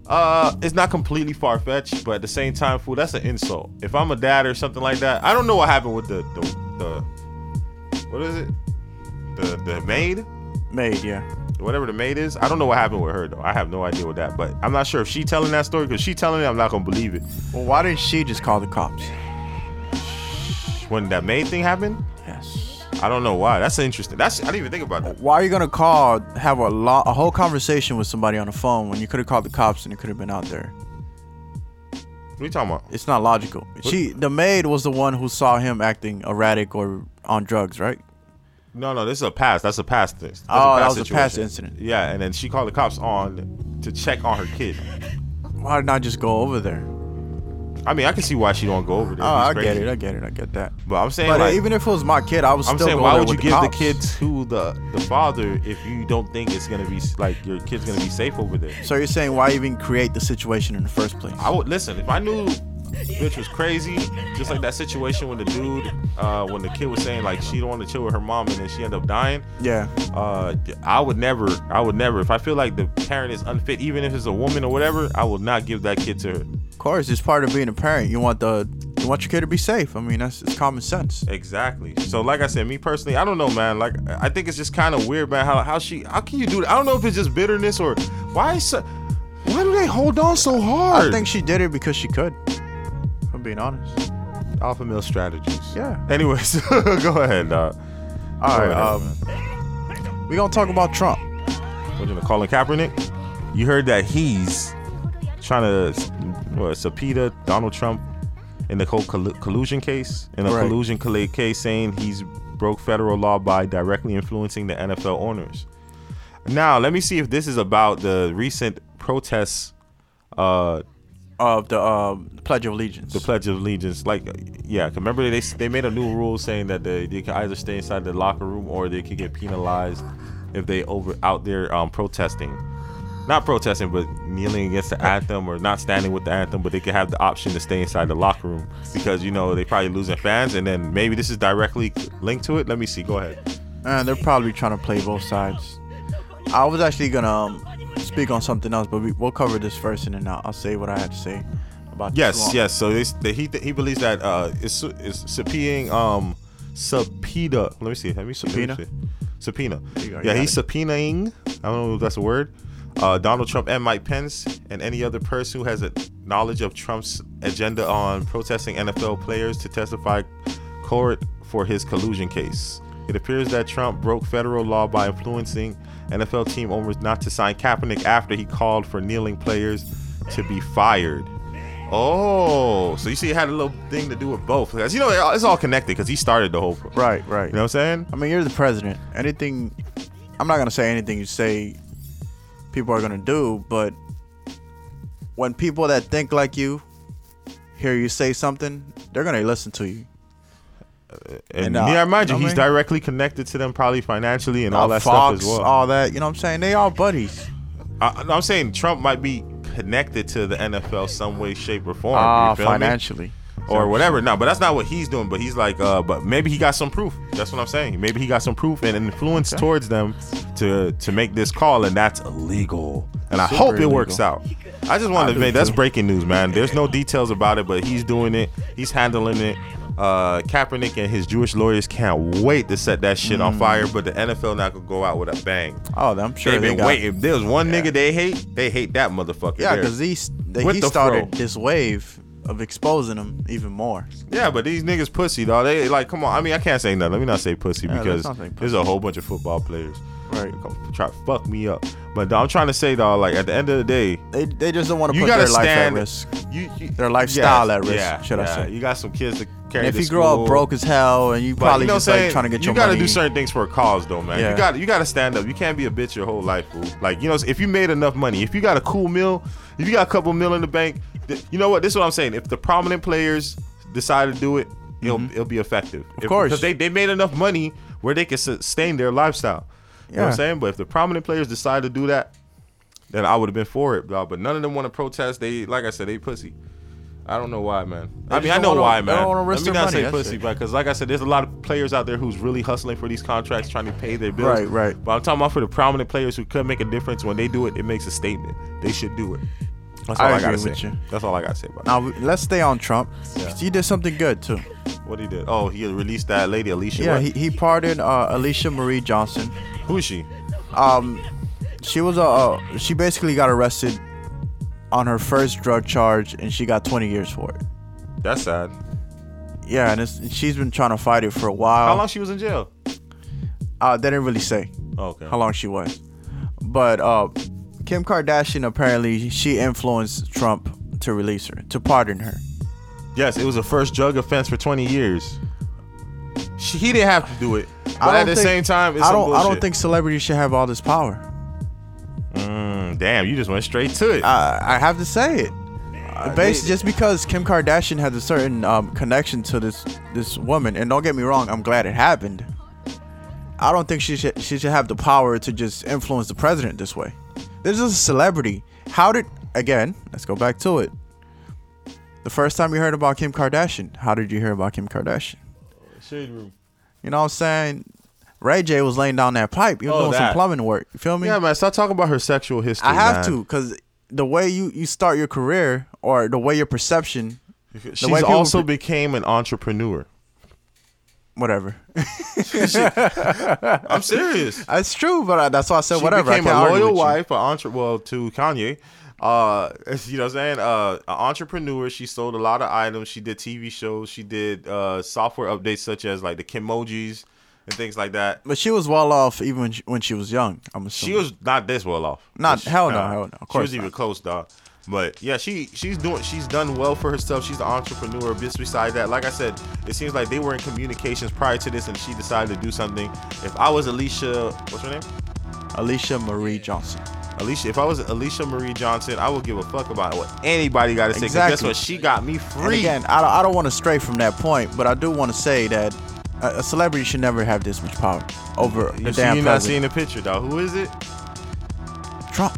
Speaker 12: uh, it's not completely far fetched, but at the same time, fool, that's an insult. If I'm a dad or something like that, I don't know what happened with the the, the what is it? The the maid?
Speaker 3: Maid, yeah.
Speaker 12: whatever the maid is. I don't know what happened with her though. I have no idea with that, but I'm not sure if she telling that story because she telling it, I'm not gonna believe it.
Speaker 3: Well, why didn't she just call the cops?
Speaker 12: When that maid thing happened,
Speaker 3: Yes.
Speaker 12: I don't know why. That's interesting. That's I didn't even think about that.
Speaker 3: Why are you gonna call, have a lo- a whole conversation with somebody on the phone when you could have called the cops and you could have been out there?
Speaker 12: What are you talking about?
Speaker 3: It's not logical. She, the maid, was the one who saw him acting erratic or on drugs, right?
Speaker 12: No, no, this is a past. That's a past thing. That's
Speaker 3: Oh, that
Speaker 12: past
Speaker 3: was a past
Speaker 12: situation.
Speaker 3: incident.
Speaker 12: Yeah, and then she called the cops on to check on her kid.
Speaker 3: Why not just go over there?
Speaker 12: I mean, I can see why she don't go over there.
Speaker 3: Oh, I
Speaker 12: He's
Speaker 3: get
Speaker 12: crazy.
Speaker 3: it. I get it. I get that.
Speaker 12: But I'm saying,
Speaker 3: But
Speaker 12: like,
Speaker 3: even if it was my kid, I was
Speaker 12: I'm
Speaker 3: still
Speaker 12: saying,
Speaker 3: go
Speaker 12: why
Speaker 3: there
Speaker 12: would you
Speaker 3: with the
Speaker 12: give the
Speaker 3: cops.
Speaker 12: kid to the the father if you don't think it's gonna be s- like your kid's gonna be safe over there?
Speaker 3: So you're saying why even create the situation in the first place?
Speaker 12: I would listen if I knew bitch was crazy, just like that situation when the dude, uh, when the kid was saying like she don't want to chill with her mom and then she ended up dying.
Speaker 3: Yeah.
Speaker 12: Uh, I would never, I would never. If I feel like the parent is unfit, even if it's a woman or whatever, I will not give that kid to her.
Speaker 3: Of course, it's part of being a parent. You want the, the you want your kid to be safe. I mean, that's it's common sense.
Speaker 12: Exactly. So, like I said, me personally, I don't know, man. Like, I think it's just kind of weird, man. How how she? How can you do that? I don't know if it's just bitterness or why is so, why do they hold on so hard?
Speaker 3: I think she did it because she could. If I'm being honest.
Speaker 12: Alpha male strategies.
Speaker 3: Yeah.
Speaker 12: Anyways, go ahead, dog.
Speaker 3: All
Speaker 12: Go
Speaker 3: right.
Speaker 12: ahead.
Speaker 3: Um, we gonna talk about Trump.
Speaker 12: What you gonna call him Kaepernick? You heard that he's trying to what, subpoena Donald Trump in the whole collu- collusion case, in a
Speaker 3: Right.
Speaker 12: collusion collusion case, saying he's broke federal law by directly influencing the NFL owners. Now, let me see if this is about the recent protests uh,
Speaker 3: of the um, Pledge of Allegiance.
Speaker 12: The Pledge of Allegiance, like, yeah, 'cause remember they they made a new rule saying that they, they can either stay inside the locker room or they could get penalized if they over out there um, protesting, not protesting, but kneeling against the anthem or not standing with the anthem, but they could have the option to stay inside the locker room because you know they probably losing fans, and then maybe this is directly linked to it. Let me see. Go ahead.
Speaker 3: And they're probably trying to play both sides. I was actually gonna um, speak on something else, but we, we'll cover this first, and then I'll, I'll say what I had to say about. this
Speaker 12: Yes,
Speaker 3: law.
Speaker 12: yes. So they, they, he he believes that uh, it's it's subpoenaing um subpoena. Let me see. Let me
Speaker 3: Subpoena?
Speaker 12: subpoena. Subpoena.
Speaker 3: you go, you
Speaker 12: yeah,
Speaker 3: got
Speaker 12: he's subpoenaing. I don't know if that's a word. Uh, Donald Trump and Mike Pence and any other person who has a knowledge of Trump's agenda on protesting NFL players to testify court for his collusion case. It appears that Trump broke federal law by influencing NFL team owners not to sign Kaepernick after he called for kneeling players to be fired. Oh, so you see, it had a little thing to do with both. 'Cause you know, it- it's all connected because he started the whole.
Speaker 3: Right, right. You
Speaker 12: know what I'm saying?
Speaker 3: I mean, you're the president. Anything, I'm not gonna say anything you say, people are gonna do. But when people that think like you hear you say something, they're gonna listen to you.
Speaker 12: And,
Speaker 3: uh,
Speaker 12: yeah, mind you,
Speaker 3: know what
Speaker 12: he's
Speaker 3: I mean?
Speaker 12: directly connected to them, probably financially and
Speaker 3: Uh,
Speaker 12: all that
Speaker 3: Fox,
Speaker 12: stuff as well.
Speaker 3: All that, you know what I'm saying? They all buddies.
Speaker 12: I, I'm saying Trump might be connected to the NFL some way, shape, or form.
Speaker 3: Ah,
Speaker 12: Oh, you feel me?
Speaker 3: financially.
Speaker 12: Or whatever. No, but that's not what he's doing. But he's like, uh, but maybe he got some proof. That's what I'm saying. Maybe he got some proof and influence towards them to to make this call, and that's illegal. And I
Speaker 3: Super
Speaker 12: hope it
Speaker 3: illegal.
Speaker 12: works out. I just wanted
Speaker 3: I
Speaker 12: to
Speaker 3: do
Speaker 12: make that's
Speaker 3: too.
Speaker 12: breaking news, man. There's no details about it, but he's doing it. He's handling it. Uh, Kaepernick and his Jewish lawyers can't wait to set that shit on
Speaker 3: Mm.
Speaker 12: fire, but the NFL not gonna go out with a bang.
Speaker 3: Oh, I'm sure
Speaker 12: They've
Speaker 3: they
Speaker 12: been
Speaker 3: got-
Speaker 12: waiting. If there's one nigga they hate, they hate that motherfucker.
Speaker 3: Yeah,
Speaker 12: there.
Speaker 3: because he, s- they-
Speaker 12: With
Speaker 3: he
Speaker 12: the
Speaker 3: started
Speaker 12: fro.
Speaker 3: this wave of exposing them even more.
Speaker 12: Yeah, but these niggas pussy though. They like, come on. I mean, I can't say nothing. Let me not say pussy
Speaker 3: Yeah, let's
Speaker 12: because
Speaker 3: not say
Speaker 12: there's a whole bunch of football players. Right. Try to fuck me up. But dawg, I'm trying to say though, like at the end of the day,
Speaker 3: They, they just don't want to
Speaker 12: You
Speaker 3: put
Speaker 12: gotta
Speaker 3: their life at
Speaker 12: stand-
Speaker 3: risk.
Speaker 12: You,
Speaker 3: their lifestyle
Speaker 12: yeah,
Speaker 3: at risk,
Speaker 12: yeah,
Speaker 3: should I
Speaker 12: yeah.
Speaker 3: say.
Speaker 12: You got some kids to carry.
Speaker 3: And if
Speaker 12: to
Speaker 3: you grow
Speaker 12: school.
Speaker 3: up broke as hell and you
Speaker 12: But
Speaker 3: probably
Speaker 12: you know
Speaker 3: just
Speaker 12: what I'm
Speaker 3: like trying to
Speaker 12: saying?
Speaker 3: get
Speaker 12: you
Speaker 3: your
Speaker 12: gotta
Speaker 3: money.
Speaker 12: do certain things for a cause though, man.
Speaker 3: Yeah.
Speaker 12: You got you gotta stand up. You can't be a bitch your whole life, fool. Like you know, if you made enough money, if you got a cool meal, if you got a couple mil in the bank, th- you know what? This is what I'm saying. If the prominent players decide to do it, it'll it'll be effective.
Speaker 3: Mm-hmm. Of course.
Speaker 12: because they they made enough money where they can sustain their lifestyle. You know what
Speaker 3: Yeah.
Speaker 12: I'm saying? But if the prominent players decide to do that, then I would have been for it, blah. But none of them want to protest. They, like I said, they pussy. I don't know why, man.
Speaker 3: They
Speaker 12: I mean,
Speaker 3: just
Speaker 12: I
Speaker 3: don't
Speaker 12: know
Speaker 3: wanna-
Speaker 12: why,
Speaker 3: they
Speaker 12: man.
Speaker 3: don't wanna risk
Speaker 12: Let me
Speaker 3: their
Speaker 12: not
Speaker 3: money,
Speaker 12: say
Speaker 3: that's
Speaker 12: pussy,
Speaker 3: it.
Speaker 12: because like I said, there's a lot of players out there who's really hustling for these contracts, trying to pay their bills.
Speaker 3: Right, right.
Speaker 12: But I'm talking about for the prominent players who could make a difference. When they do it, it makes a statement. They should do it. That's all
Speaker 3: I
Speaker 12: I,
Speaker 3: agree
Speaker 12: gotta
Speaker 3: with
Speaker 12: say.
Speaker 3: you.
Speaker 12: That's all I gotta say about
Speaker 3: Now we- let's stay on Trump.
Speaker 12: Yeah.
Speaker 3: He did something good too.
Speaker 12: it. What he did? Oh, he released that lady Alicia.
Speaker 3: Yeah,
Speaker 12: what?
Speaker 3: he, he pardoned uh, Alicia Marie Johnson.
Speaker 12: Who is she?
Speaker 3: Um, she was a uh, she basically got arrested on her first drug charge, and she got 20 years for it.
Speaker 12: That's sad.
Speaker 3: Yeah, and it's, she's been trying to fight it for a while.
Speaker 12: How long she was in jail? Oh,
Speaker 3: Uh, they didn't really say
Speaker 12: Okay.
Speaker 3: how long she was, but uh, Kim Kardashian apparently she influenced Trump to release her, to pardon her.
Speaker 12: Yes, it was a first drug offense for 20 years. She, he didn't have to do it. But
Speaker 3: I
Speaker 12: at
Speaker 3: don't
Speaker 12: the
Speaker 3: think-
Speaker 12: same time, it's
Speaker 3: I
Speaker 12: some
Speaker 3: don't. I don't
Speaker 12: bullshit.
Speaker 3: think celebrities should have all this power.
Speaker 12: Mm, damn, you just went straight to it.
Speaker 3: I, I have to say it. Based
Speaker 12: they-
Speaker 3: just because Kim Kardashian has a certain um, connection to this this woman, and don't get me wrong, I'm glad it happened. I don't think she should she should have the power to just influence the president this way. This is a celebrity. How did again? Let's go back to it. The first time you heard about Kim Kardashian, how did you hear about Kim Kardashian?
Speaker 12: Shade room.
Speaker 3: You know what I'm saying? Ray J was laying down that pipe. He was
Speaker 12: Oh,
Speaker 3: doing some
Speaker 12: that.
Speaker 3: plumbing work. You feel me?
Speaker 12: Yeah, man. Stop talking about her sexual history.
Speaker 3: I have
Speaker 12: man.
Speaker 3: to because the way you you start your career or the way your perception The
Speaker 12: She
Speaker 3: way people
Speaker 12: also
Speaker 3: pre-
Speaker 12: became an entrepreneur.
Speaker 3: whatever.
Speaker 12: I'm serious.
Speaker 3: That's true, but I, that's why I said
Speaker 12: she
Speaker 3: whatever. I
Speaker 12: became
Speaker 3: can't
Speaker 12: a
Speaker 3: argue
Speaker 12: loyal
Speaker 3: with you.
Speaker 12: wife, an entre- well to Kanye. Uh, you know what I'm saying? Uh, an entrepreneur. She sold a lot of items. She did TV shows. She did uh, software updates such as like the Kimojis and things like that.
Speaker 3: But she was well off even when she, when she was young. I'm
Speaker 12: She
Speaker 3: assuming.
Speaker 12: was not this well off.
Speaker 3: Not-
Speaker 12: She-
Speaker 3: hell no,
Speaker 12: nah.
Speaker 3: hell no, of
Speaker 12: she
Speaker 3: course
Speaker 12: was even close, dog. But yeah, she she's doing she's done well for herself. She's an entrepreneur. Just beside that, like I said, it seems like they were in communications prior to this, and she decided to do something. If I was Alicia, what's her name?
Speaker 3: Alicia Marie Johnson.
Speaker 12: Alicia, if I was Alicia Marie Johnson, I would give a fuck about what anybody got to say. 'cause Guess
Speaker 3: Exactly.
Speaker 12: what? She got me free.
Speaker 3: And again, I don't, I don't want to stray from that point, but I do want to say that a, a celebrity should never have this much power over
Speaker 12: you
Speaker 3: the
Speaker 12: see,
Speaker 3: damn
Speaker 12: you not seeing
Speaker 3: president.
Speaker 12: the picture, dog. Who is it?
Speaker 3: Trump.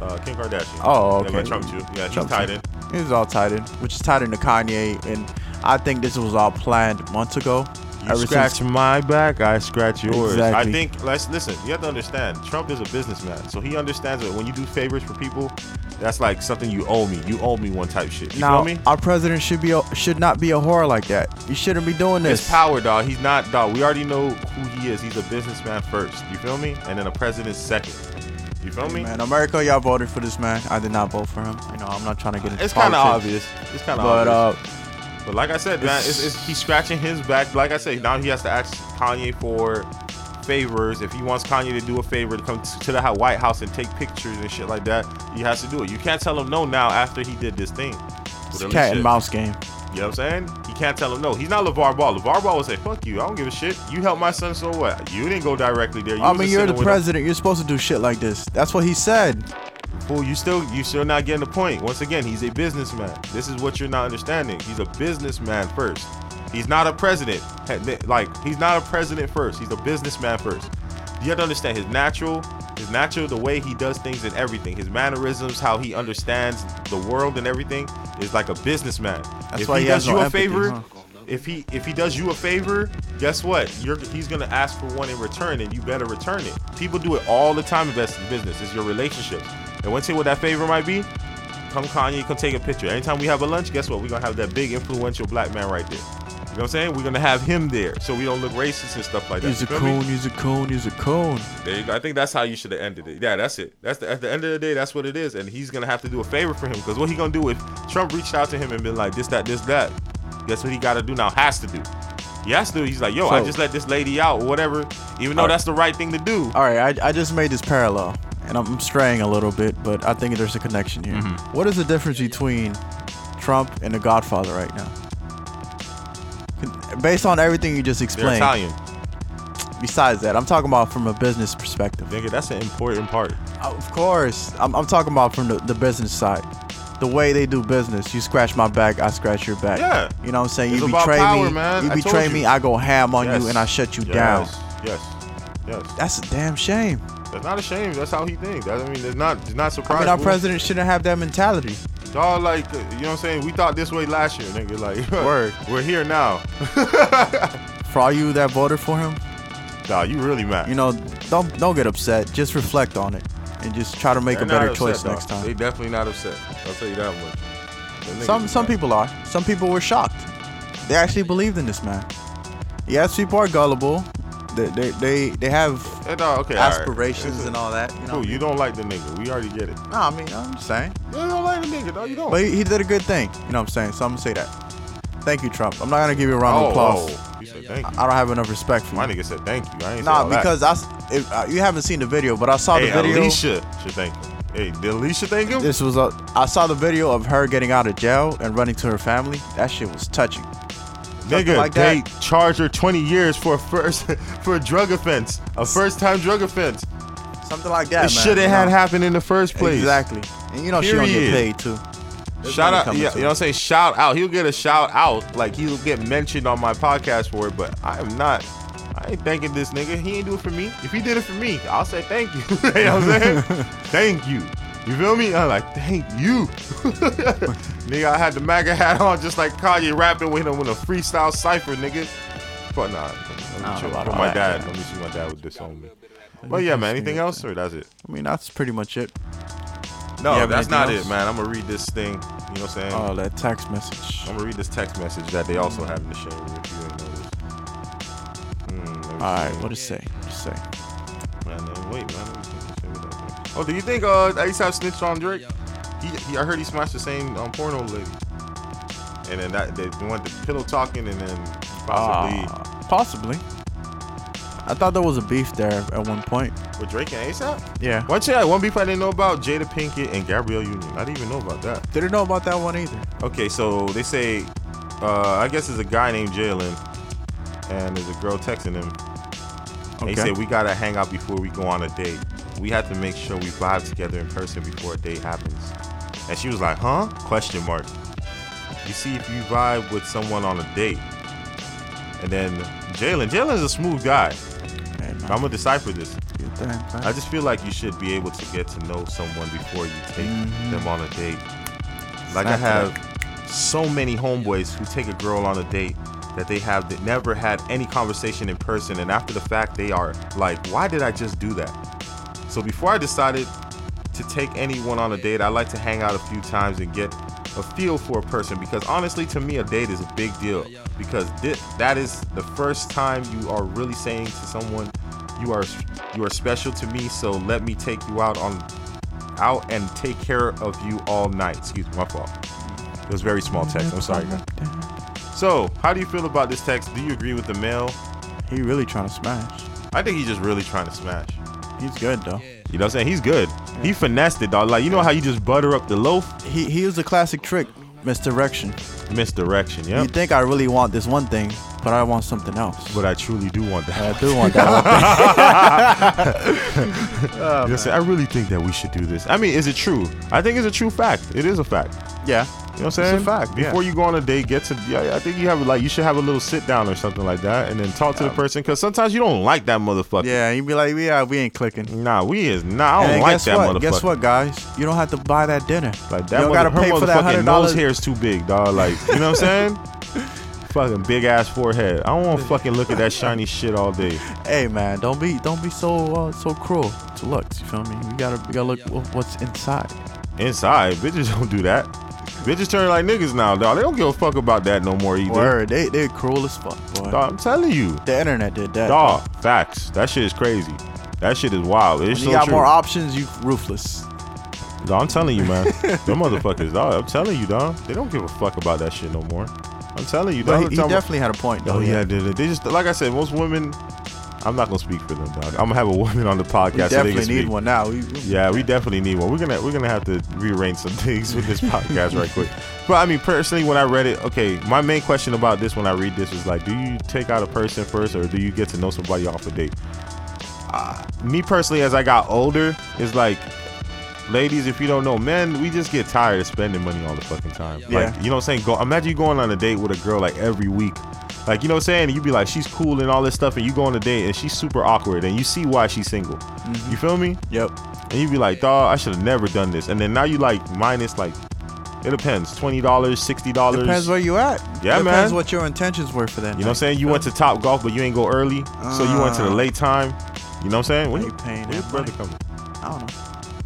Speaker 12: Uh, Kim Kardashian.
Speaker 3: Oh,
Speaker 12: Yeah,
Speaker 3: okay.
Speaker 12: but Trump too. Yeah, he's
Speaker 3: Trump's
Speaker 12: tied in.
Speaker 3: He's all tied in, which is tied into Kanye, and I think this was all planned months ago.
Speaker 12: You scratch my back, I scratch yours.
Speaker 3: Exactly.
Speaker 12: I think. Let's listen. You have to understand. Trump is a businessman, so he understands that when you do favors for people, that's like something you owe me. You owe me one type shit. You
Speaker 3: now
Speaker 12: feel me?
Speaker 3: our president should be a, should not be a whore like that. You shouldn't be doing this.
Speaker 12: It's power, dog. He's not, dog. We already know who he is. He's a businessman first. You feel me? And then a president second. You feel me?
Speaker 3: Man, America, y'all voted for this man. I did not vote for him. You know, I'm not trying to get into
Speaker 12: It's kind of
Speaker 3: politics.
Speaker 12: obvious. It's kind of
Speaker 3: But,
Speaker 12: obvious.
Speaker 3: uh,
Speaker 12: but like I said, man,
Speaker 3: it's-
Speaker 12: it's, it's, he's scratching his back. Like I said, now he has to ask Kanye for favors. If he wants Kanye to do a favor to come t- to the ho- White House and take pictures and shit like that, he has to do it. You can't tell him no now after he did this thing. with
Speaker 3: It's a
Speaker 12: Alicia.
Speaker 3: cat and mouse game.
Speaker 12: You know what I'm saying? You can't tell him no. He's not LeVar Ball. LeVar Ball would say, fuck you. I don't give a shit. You helped my son, so what? You didn't go directly there. You
Speaker 3: I
Speaker 12: was
Speaker 3: mean,
Speaker 12: just
Speaker 3: you're the
Speaker 12: sitting with him.
Speaker 3: president. You're supposed to do shit like this. That's what he said.
Speaker 12: Fool, you still you still not getting the point. Once again, he's a businessman. This is what you're not understanding. He's a businessman first. He's not a president. Ha- th- Like he's not a president first. He's a businessman first. You have to understand his natural, his natural, the way he does things and everything, his mannerisms, how he understands the world and everything, is like a businessman.
Speaker 3: That's
Speaker 12: if
Speaker 3: why
Speaker 12: he,
Speaker 3: he
Speaker 12: does
Speaker 3: has no
Speaker 12: you a
Speaker 3: empathy,
Speaker 12: favor,
Speaker 3: huh?
Speaker 12: if he if he does you a favor, guess what? You're he's gonna ask for one in return, and you better return it. People do it all the time in best in business. It's your relationships. And once you what that favor might be, come Kanye, come take a picture. Anytime we have a lunch, guess what? We're gonna have that big influential black man right there. You know what I'm saying? We're gonna have him there, so we don't look racist and stuff like that.
Speaker 3: He's a
Speaker 12: You feel me?
Speaker 3: coon. He's a coon. He's a coon.
Speaker 12: There you go. I think that's how you should have ended it. Yeah, that's it. That's the, at the end of the day, that's what it is. And he's gonna have to do a favor for him because what he gonna do if Trump reached out to him and been like this, that, this, that? Guess what he gotta do now? Has to do. He has to. He's like, yo, I
Speaker 3: So-
Speaker 12: just let this lady out, or whatever. Even though
Speaker 3: All right.
Speaker 12: that's the right thing to do.
Speaker 3: All right, I, I just made this parallel, and I'm straying a little bit, but I think there's a connection here.
Speaker 12: Mm-hmm.
Speaker 3: What is the difference between Trump and The Godfather right now? Con- Based on everything you just explained.
Speaker 12: Italian.
Speaker 3: Besides that, I'm talking about from a business perspective.
Speaker 12: Nigga, that's an important part.
Speaker 3: Of course. I'm, I'm talking about from the, the business side. The way they do business. You scratch my back, I scratch your back.
Speaker 12: Yeah.
Speaker 3: You know what I'm saying?
Speaker 12: It's
Speaker 3: you
Speaker 12: about
Speaker 3: betray
Speaker 12: power,
Speaker 3: me.
Speaker 12: man.
Speaker 3: You
Speaker 12: I told
Speaker 3: betray
Speaker 12: you.
Speaker 3: me, I go ham on
Speaker 12: Yes.
Speaker 3: you and I shut you
Speaker 12: Yes.
Speaker 3: down.
Speaker 12: Yes. Yes.
Speaker 3: That's a damn shame.
Speaker 12: That's not a shame. That's how he thinks. That, I mean, it's not. It's not
Speaker 3: I
Speaker 12: surprising.
Speaker 3: mean, our president shouldn't have that mentality.
Speaker 12: Dog, like, uh, you know what I'm saying? We thought this way last year, nigga. Like,
Speaker 3: Word.
Speaker 12: We're here now.
Speaker 3: For all you that voted for him,
Speaker 12: Nah, you really mad.
Speaker 3: you know, don't don't get upset. Just reflect on it and just try to make
Speaker 12: They're
Speaker 3: a
Speaker 12: not
Speaker 3: better
Speaker 12: upset,
Speaker 3: choice
Speaker 12: dog.
Speaker 3: next time.
Speaker 12: They definitely not upset. I'll tell you that much. Them niggas
Speaker 3: Some
Speaker 12: is
Speaker 3: some
Speaker 12: mad.
Speaker 3: people are. Some people were shocked. They actually believed in this man. Yes, people are gullible. They they they, they have
Speaker 12: Hey, dog, Eh, okay, all right.
Speaker 3: aspirations
Speaker 12: It's a-
Speaker 3: and all that. You know,
Speaker 12: Cool, you don't like the nigga. We already get it.
Speaker 3: No, I mean I'm just saying.
Speaker 12: You don't like the nigga, dog. You don't.
Speaker 3: But he, he did a good thing. You know what I'm saying? So I'm gonna say that. Thank you, Trump. I'm not gonna give you a round
Speaker 12: Oh,
Speaker 3: of applause.
Speaker 12: oh, you said thank you.
Speaker 3: I don't have enough respect for you.
Speaker 12: My nigga said thank you. I ain't
Speaker 3: Nah,
Speaker 12: say all that.
Speaker 3: because I s if, uh, you haven't seen the video, but I saw
Speaker 12: hey,
Speaker 3: the video.
Speaker 12: Alicia should thank him. Hey, did Alicia thank him?
Speaker 3: This was a. I saw the video of her getting out of jail and running to her family. That shit was touching.
Speaker 12: Nigga,
Speaker 3: like
Speaker 12: they
Speaker 3: that.
Speaker 12: charged her 20 years for a first for a drug offense, a first time drug offense.
Speaker 3: Something like that.
Speaker 12: it
Speaker 3: man,
Speaker 12: should
Speaker 3: you
Speaker 12: have had
Speaker 3: know?
Speaker 12: happened in the first place.
Speaker 3: Exactly. And you know she don't
Speaker 12: Period.
Speaker 3: get paid too. There's
Speaker 12: Shout
Speaker 3: money
Speaker 12: out,
Speaker 3: coming
Speaker 12: yeah,
Speaker 3: to
Speaker 12: you know what
Speaker 3: her.
Speaker 12: I'm saying? Shout out. He'll get a shout out. Like, he'll get mentioned on my podcast for it, but I am not. I ain't thanking this nigga. He ain't do it for me. If he did it for me, I'll say thank you. you know what I'm saying? thank you. You feel me? I'm like, thank you. nigga, I had the MAGA hat on just like Kanye rapping with him with a freestyle cypher, nigga. But nah,
Speaker 3: Nah,
Speaker 12: let me
Speaker 3: a
Speaker 12: chill.
Speaker 3: lot
Speaker 12: But
Speaker 3: of
Speaker 12: my
Speaker 3: that,
Speaker 12: dad,
Speaker 3: yeah.
Speaker 12: let me see my dad with this on me. But yeah, man, anything else or that's it?
Speaker 3: I mean, that's pretty much it.
Speaker 12: No,
Speaker 3: You have
Speaker 12: that's
Speaker 3: anything
Speaker 12: not
Speaker 3: else?
Speaker 12: it, man. I'm gonna read this thing. You know what I'm saying?
Speaker 3: Oh, that text message.
Speaker 12: I'm gonna read this text message that they also have in the show. If you ain't noticed. Hmm, All
Speaker 3: right, what it say? What it say?
Speaker 12: Man, man, wait, man. let me see this shit with that thing. Oh, do you think uh ASAP snitched on Drake? He, he, I heard he smashed the same um, porno lady. And then that they went to pillow talking, and then possibly
Speaker 3: Ah, possibly. I thought there was a beef there at one point.
Speaker 12: with Drake and ASAP.
Speaker 3: Yeah.
Speaker 12: One shit, one beef I didn't know about Jada Pinkett and Gabrielle Union. I didn't even know about that.
Speaker 3: Didn't know about that one either.
Speaker 12: Okay, so they say, uh, I guess it's a guy named Jalen, and there's a girl texting him. And he
Speaker 3: Okay.
Speaker 12: said, We gotta hang out before we go on a date. We have to make sure we vibe together in person before a date happens. And she was like, Huh? Question mark. You see if you vibe with someone on a date. And then Jalen, Jalen's a smooth guy. I'm gonna decipher this. I just feel like you should be able to get to know someone before you take them on a date. Like I
Speaker 3: Sounds
Speaker 12: have so many homeboys who take a girl on a date that they have that never had any conversation in person, and after the fact, they are like, "Why did I just do that?" So before I decided to take anyone on a date, I like to hang out a few times and get a feel for a person because honestly, to me, a date is a big deal because thi- that is the first time you are really saying to someone, "You are you are special to me, so let me take you out on out and take care of you all night." Excuse me, my fault. It was very small text. I'm sorry. guys. So, how do you feel about this text? Do you agree with the male?
Speaker 3: He really trying to smash.
Speaker 12: I think he's just really trying to smash.
Speaker 3: He's good though.
Speaker 12: You know what I'm saying? He's good. He finessed it, dog. Like you know how you just butter up the loaf?
Speaker 3: He he used a classic trick, misdirection.
Speaker 12: Misdirection, yeah.
Speaker 3: You think I really want this one thing, but I want something else.
Speaker 12: But I truly do want that.
Speaker 3: I do want that. one thing.
Speaker 12: You know, say, I really think that we should do this. I mean, is it true? I think it's a true fact. It is a fact.
Speaker 3: Yeah.
Speaker 12: You know what I'm saying?
Speaker 3: It's a fact, yeah.
Speaker 12: Before you go on a date, get to yeah. I think you have like you should have a little sit down or something like that, and then talk to the person because sometimes you don't like that motherfucker.
Speaker 3: Yeah, you be like, yeah, we ain't clicking.
Speaker 12: Nah, we is nah. I don't
Speaker 3: And
Speaker 12: like
Speaker 3: guess
Speaker 12: that
Speaker 3: what?
Speaker 12: motherfucker.
Speaker 3: Guess what, guys? You don't have to buy that dinner.
Speaker 12: Like
Speaker 3: you
Speaker 12: that
Speaker 3: don't
Speaker 12: mother-
Speaker 3: gotta
Speaker 12: her
Speaker 3: pay for that
Speaker 12: motherfucking
Speaker 3: hundred
Speaker 12: nose
Speaker 3: dollars.
Speaker 12: hair is too big, dog. Like you know what I'm saying? fucking big ass forehead. I don't want to fucking look at that shiny shit all day.
Speaker 3: Hey man, don't be don't be so uh, so cruel to looks. You feel me? We gotta we gotta look wh- what's inside.
Speaker 12: Inside, bitches don't do that. Bitches turn like niggas now, dog. They don't give a fuck about that no more either.
Speaker 3: Word, they they cruel as fuck, boy.
Speaker 12: Dog, I'm telling you.
Speaker 3: The internet did that.
Speaker 12: Dog, facts. That shit is crazy. That shit is wild.
Speaker 3: When
Speaker 12: It's
Speaker 3: you
Speaker 12: so
Speaker 3: got
Speaker 12: true.
Speaker 3: more options, you ruthless.
Speaker 12: Dawg, I'm telling you, man. Them motherfuckers, dog. I'm telling you, dog. They don't give a fuck about that shit no more. I'm telling you,
Speaker 3: But
Speaker 12: dog.
Speaker 3: he- he definitely had a point, though,
Speaker 12: Oh yeah,
Speaker 3: yeah.
Speaker 12: they, they- they just like I said, most women. I'm not gonna speak for them, dog. I'm gonna have a woman on the podcast.
Speaker 3: We
Speaker 12: so they
Speaker 3: definitely
Speaker 12: can
Speaker 3: need
Speaker 12: speak.
Speaker 3: one now. We,
Speaker 12: Yeah, we definitely need one. We're gonna we're gonna have to rearrange some things with this podcast right quick. But I mean, personally, when I read it, okay, my main question about this when I read this is like, do you take out a person first, or do you get to know somebody off a date? Uh, me personally, as I got older, it's like, ladies, if you don't know, men, we just get tired of spending money all the fucking time.
Speaker 3: Yeah.
Speaker 12: Like, you know what I'm saying? Go, imagine you going on a date with a girl like every week. Like, you know what I'm saying? You be like, she's cool and all this stuff, and you go on a date and she's super awkward, and you see why she's single. You feel me?
Speaker 3: Yep.
Speaker 12: And you be like, dog, I should have never done this. And then now you like minus like, it depends, twenty dollars, sixty dollars.
Speaker 3: Depends where you at.
Speaker 12: Yeah,
Speaker 3: Depends
Speaker 12: man.
Speaker 3: what your intentions were for that.
Speaker 12: You know what I'm saying? You went to Top Golf, but you ain't go early, so you went to the
Speaker 3: Ah.
Speaker 12: late time. You know what I'm saying? When you
Speaker 3: paying
Speaker 12: when your brother coming?
Speaker 3: I don't know.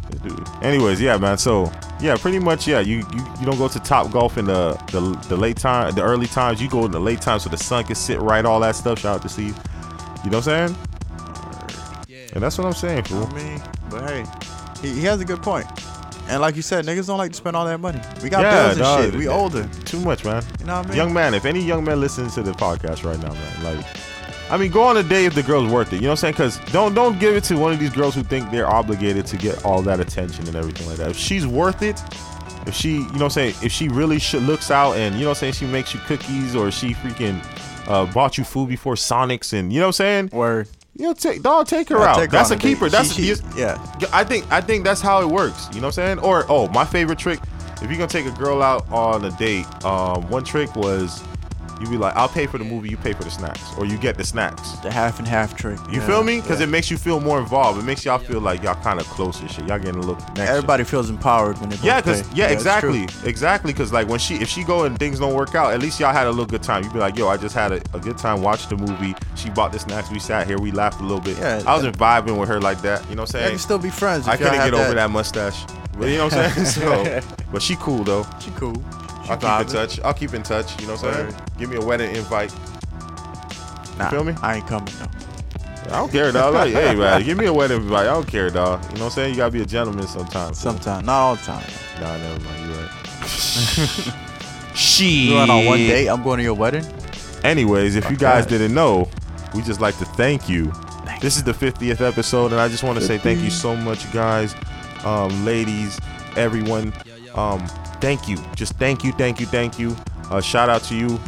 Speaker 12: This dude. Anyways, yeah, man. So yeah, pretty much, yeah. You you, you don't go to Top Golf in the, the the late time, the early times. You go in the late times so the sun can sit right, all that stuff. Shout out to Steve. You know what I'm saying? And that's what I'm saying, fool.
Speaker 3: I mean, but hey, he, he has a good point. And like you said, niggas don't like to spend all that money. We got bills and
Speaker 12: dog.
Speaker 3: shit. We older.
Speaker 12: Too much, man.
Speaker 3: You know what I mean?
Speaker 12: Young man, if any young man listening to the podcast right now, man, like, I mean, go on a date if the girl's worth it. You know what I'm saying? Because don't don't give it to one of these girls who think they're obligated to get all that attention and everything like that. If she's worth it, if she, you know, what I'm saying, if she really sh- looks out and you know, what I'm saying, she makes you cookies or she freaking uh, bought you food before Sonics and you know, what I'm saying,
Speaker 3: word.
Speaker 12: You know, take dog, take her
Speaker 3: Yeah,
Speaker 12: out.
Speaker 3: take her
Speaker 12: that's
Speaker 3: on
Speaker 12: a
Speaker 3: a date.
Speaker 12: keeper. That's
Speaker 3: She-
Speaker 12: a,
Speaker 3: she- yeah.
Speaker 12: I think I think that's how it works. You know what I'm saying? Or oh, my favorite trick. If you're gonna take a girl out on a date, um, one trick was you be like, I'll pay for the movie, you pay for the snacks, or you get the snacks.
Speaker 3: The half and half trick.
Speaker 12: You feel me? Because it makes you feel more involved. It makes y'all feel like y'all kind of close and shit. Y'all getting a little connection.
Speaker 3: Everybody feels empowered when they both
Speaker 12: Yeah, cause
Speaker 3: play.
Speaker 12: yeah,
Speaker 3: it's
Speaker 12: exactly,
Speaker 3: true.
Speaker 12: exactly. Cause like when she, if she go and things don't work out, at least y'all had a little good time. You be like, yo, I just had a, a good time. Watched the movie. She bought the snacks. We sat here. We laughed a little bit.
Speaker 3: Yeah,
Speaker 12: I was vibing with her like that. You know what I'm
Speaker 3: Y'all
Speaker 12: saying?
Speaker 3: can still be friends. If
Speaker 12: I
Speaker 3: y'all
Speaker 12: couldn't
Speaker 3: have
Speaker 12: get over that mustache. But you know what I'm saying? So, but she cool though.
Speaker 3: She cool.
Speaker 12: I'll keep in touch. I'll keep in touch. You know what I'm saying? Give me a wedding invite.
Speaker 3: Nah,
Speaker 12: feel me?
Speaker 3: I ain't coming though.
Speaker 12: I don't care, dog. Like, hey, man, give me a wedding invite. I don't care, dog. You know what I'm saying? You gotta be a gentleman sometimes. fool.
Speaker 3: Sometimes, not all the time.
Speaker 12: Nah, never mind. You right.
Speaker 3: She. Going on one date. I'm going to your wedding.
Speaker 12: Anyways, if you guys didn't know, we just like to thank you. This is the 50th episode, and I just want to say thank you so much, guys, um, ladies, everyone. Um, thank you. Just thank you, thank you, thank you. Uh, shout out to you.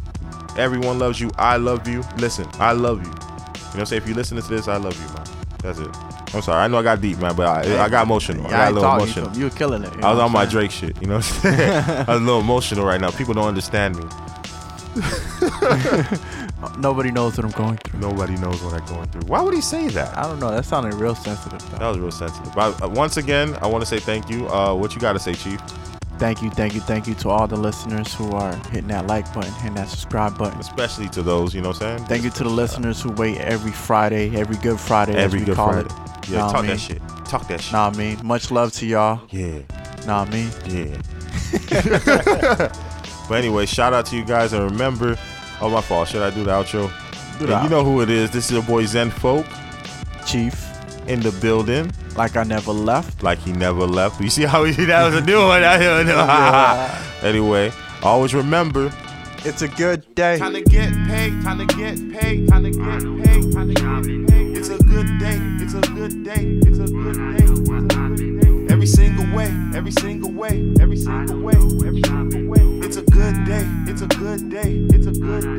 Speaker 12: Everyone loves you. I love you. Listen, I love you. You know what I'm saying? If you listen to this, I love you, man. That's it. I'm sorry. I know I got deep, man, but I, I got emotional. I
Speaker 3: Yeah,
Speaker 12: got
Speaker 3: I
Speaker 12: a little
Speaker 3: thought you-
Speaker 12: emotional.
Speaker 3: you were killing it, you
Speaker 12: I was
Speaker 3: know
Speaker 12: on
Speaker 3: what
Speaker 12: my
Speaker 3: I'm
Speaker 12: Drake shit. You know what I'm saying? I'm a little emotional right now. People don't understand me.
Speaker 3: Nobody knows what I'm going through.
Speaker 12: Nobody knows what I'm going through. Why would he say that?
Speaker 3: I don't know. That sounded real sensitive. Though.
Speaker 12: That was real sensitive. But uh, once again, I want to say thank you. Uh, what you got to say, Chief?
Speaker 3: Thank you, thank you, thank you to all the listeners who are hitting that like button, hitting that subscribe button.
Speaker 12: Especially to those, you know what I'm saying?
Speaker 3: Thank you to the listeners who wait every Friday, every Good Friday, as
Speaker 12: Every
Speaker 3: we
Speaker 12: Good
Speaker 3: call
Speaker 12: Friday.
Speaker 3: it.
Speaker 12: Yeah,
Speaker 3: Nah,
Speaker 12: talk
Speaker 3: I mean?
Speaker 12: that shit. Talk that shit.
Speaker 3: Nah, I mean, much love to y'all.
Speaker 12: Yeah.
Speaker 3: Nah, I mean.
Speaker 12: Yeah. But anyway, shout out to you guys and remember. Oh my fault. Should I do the outro?
Speaker 3: Do
Speaker 12: And
Speaker 3: the
Speaker 12: you know who it is. This is your boy Zen Folk,
Speaker 3: Chief,
Speaker 12: in the building.
Speaker 3: Like I never left.
Speaker 12: Like he never left. You see how he, that was a new one. I don't know.
Speaker 8: Yeah.
Speaker 12: anyway, always remember.
Speaker 3: It's a good day.
Speaker 8: Time to get paid, time to get paid, time to get paid, time to get paid. It's a good day, it's a good day, it's a good day. It's a good day. Every single way, every single way, every single way, every single way. It's a good day, it's a good day, it's a good day.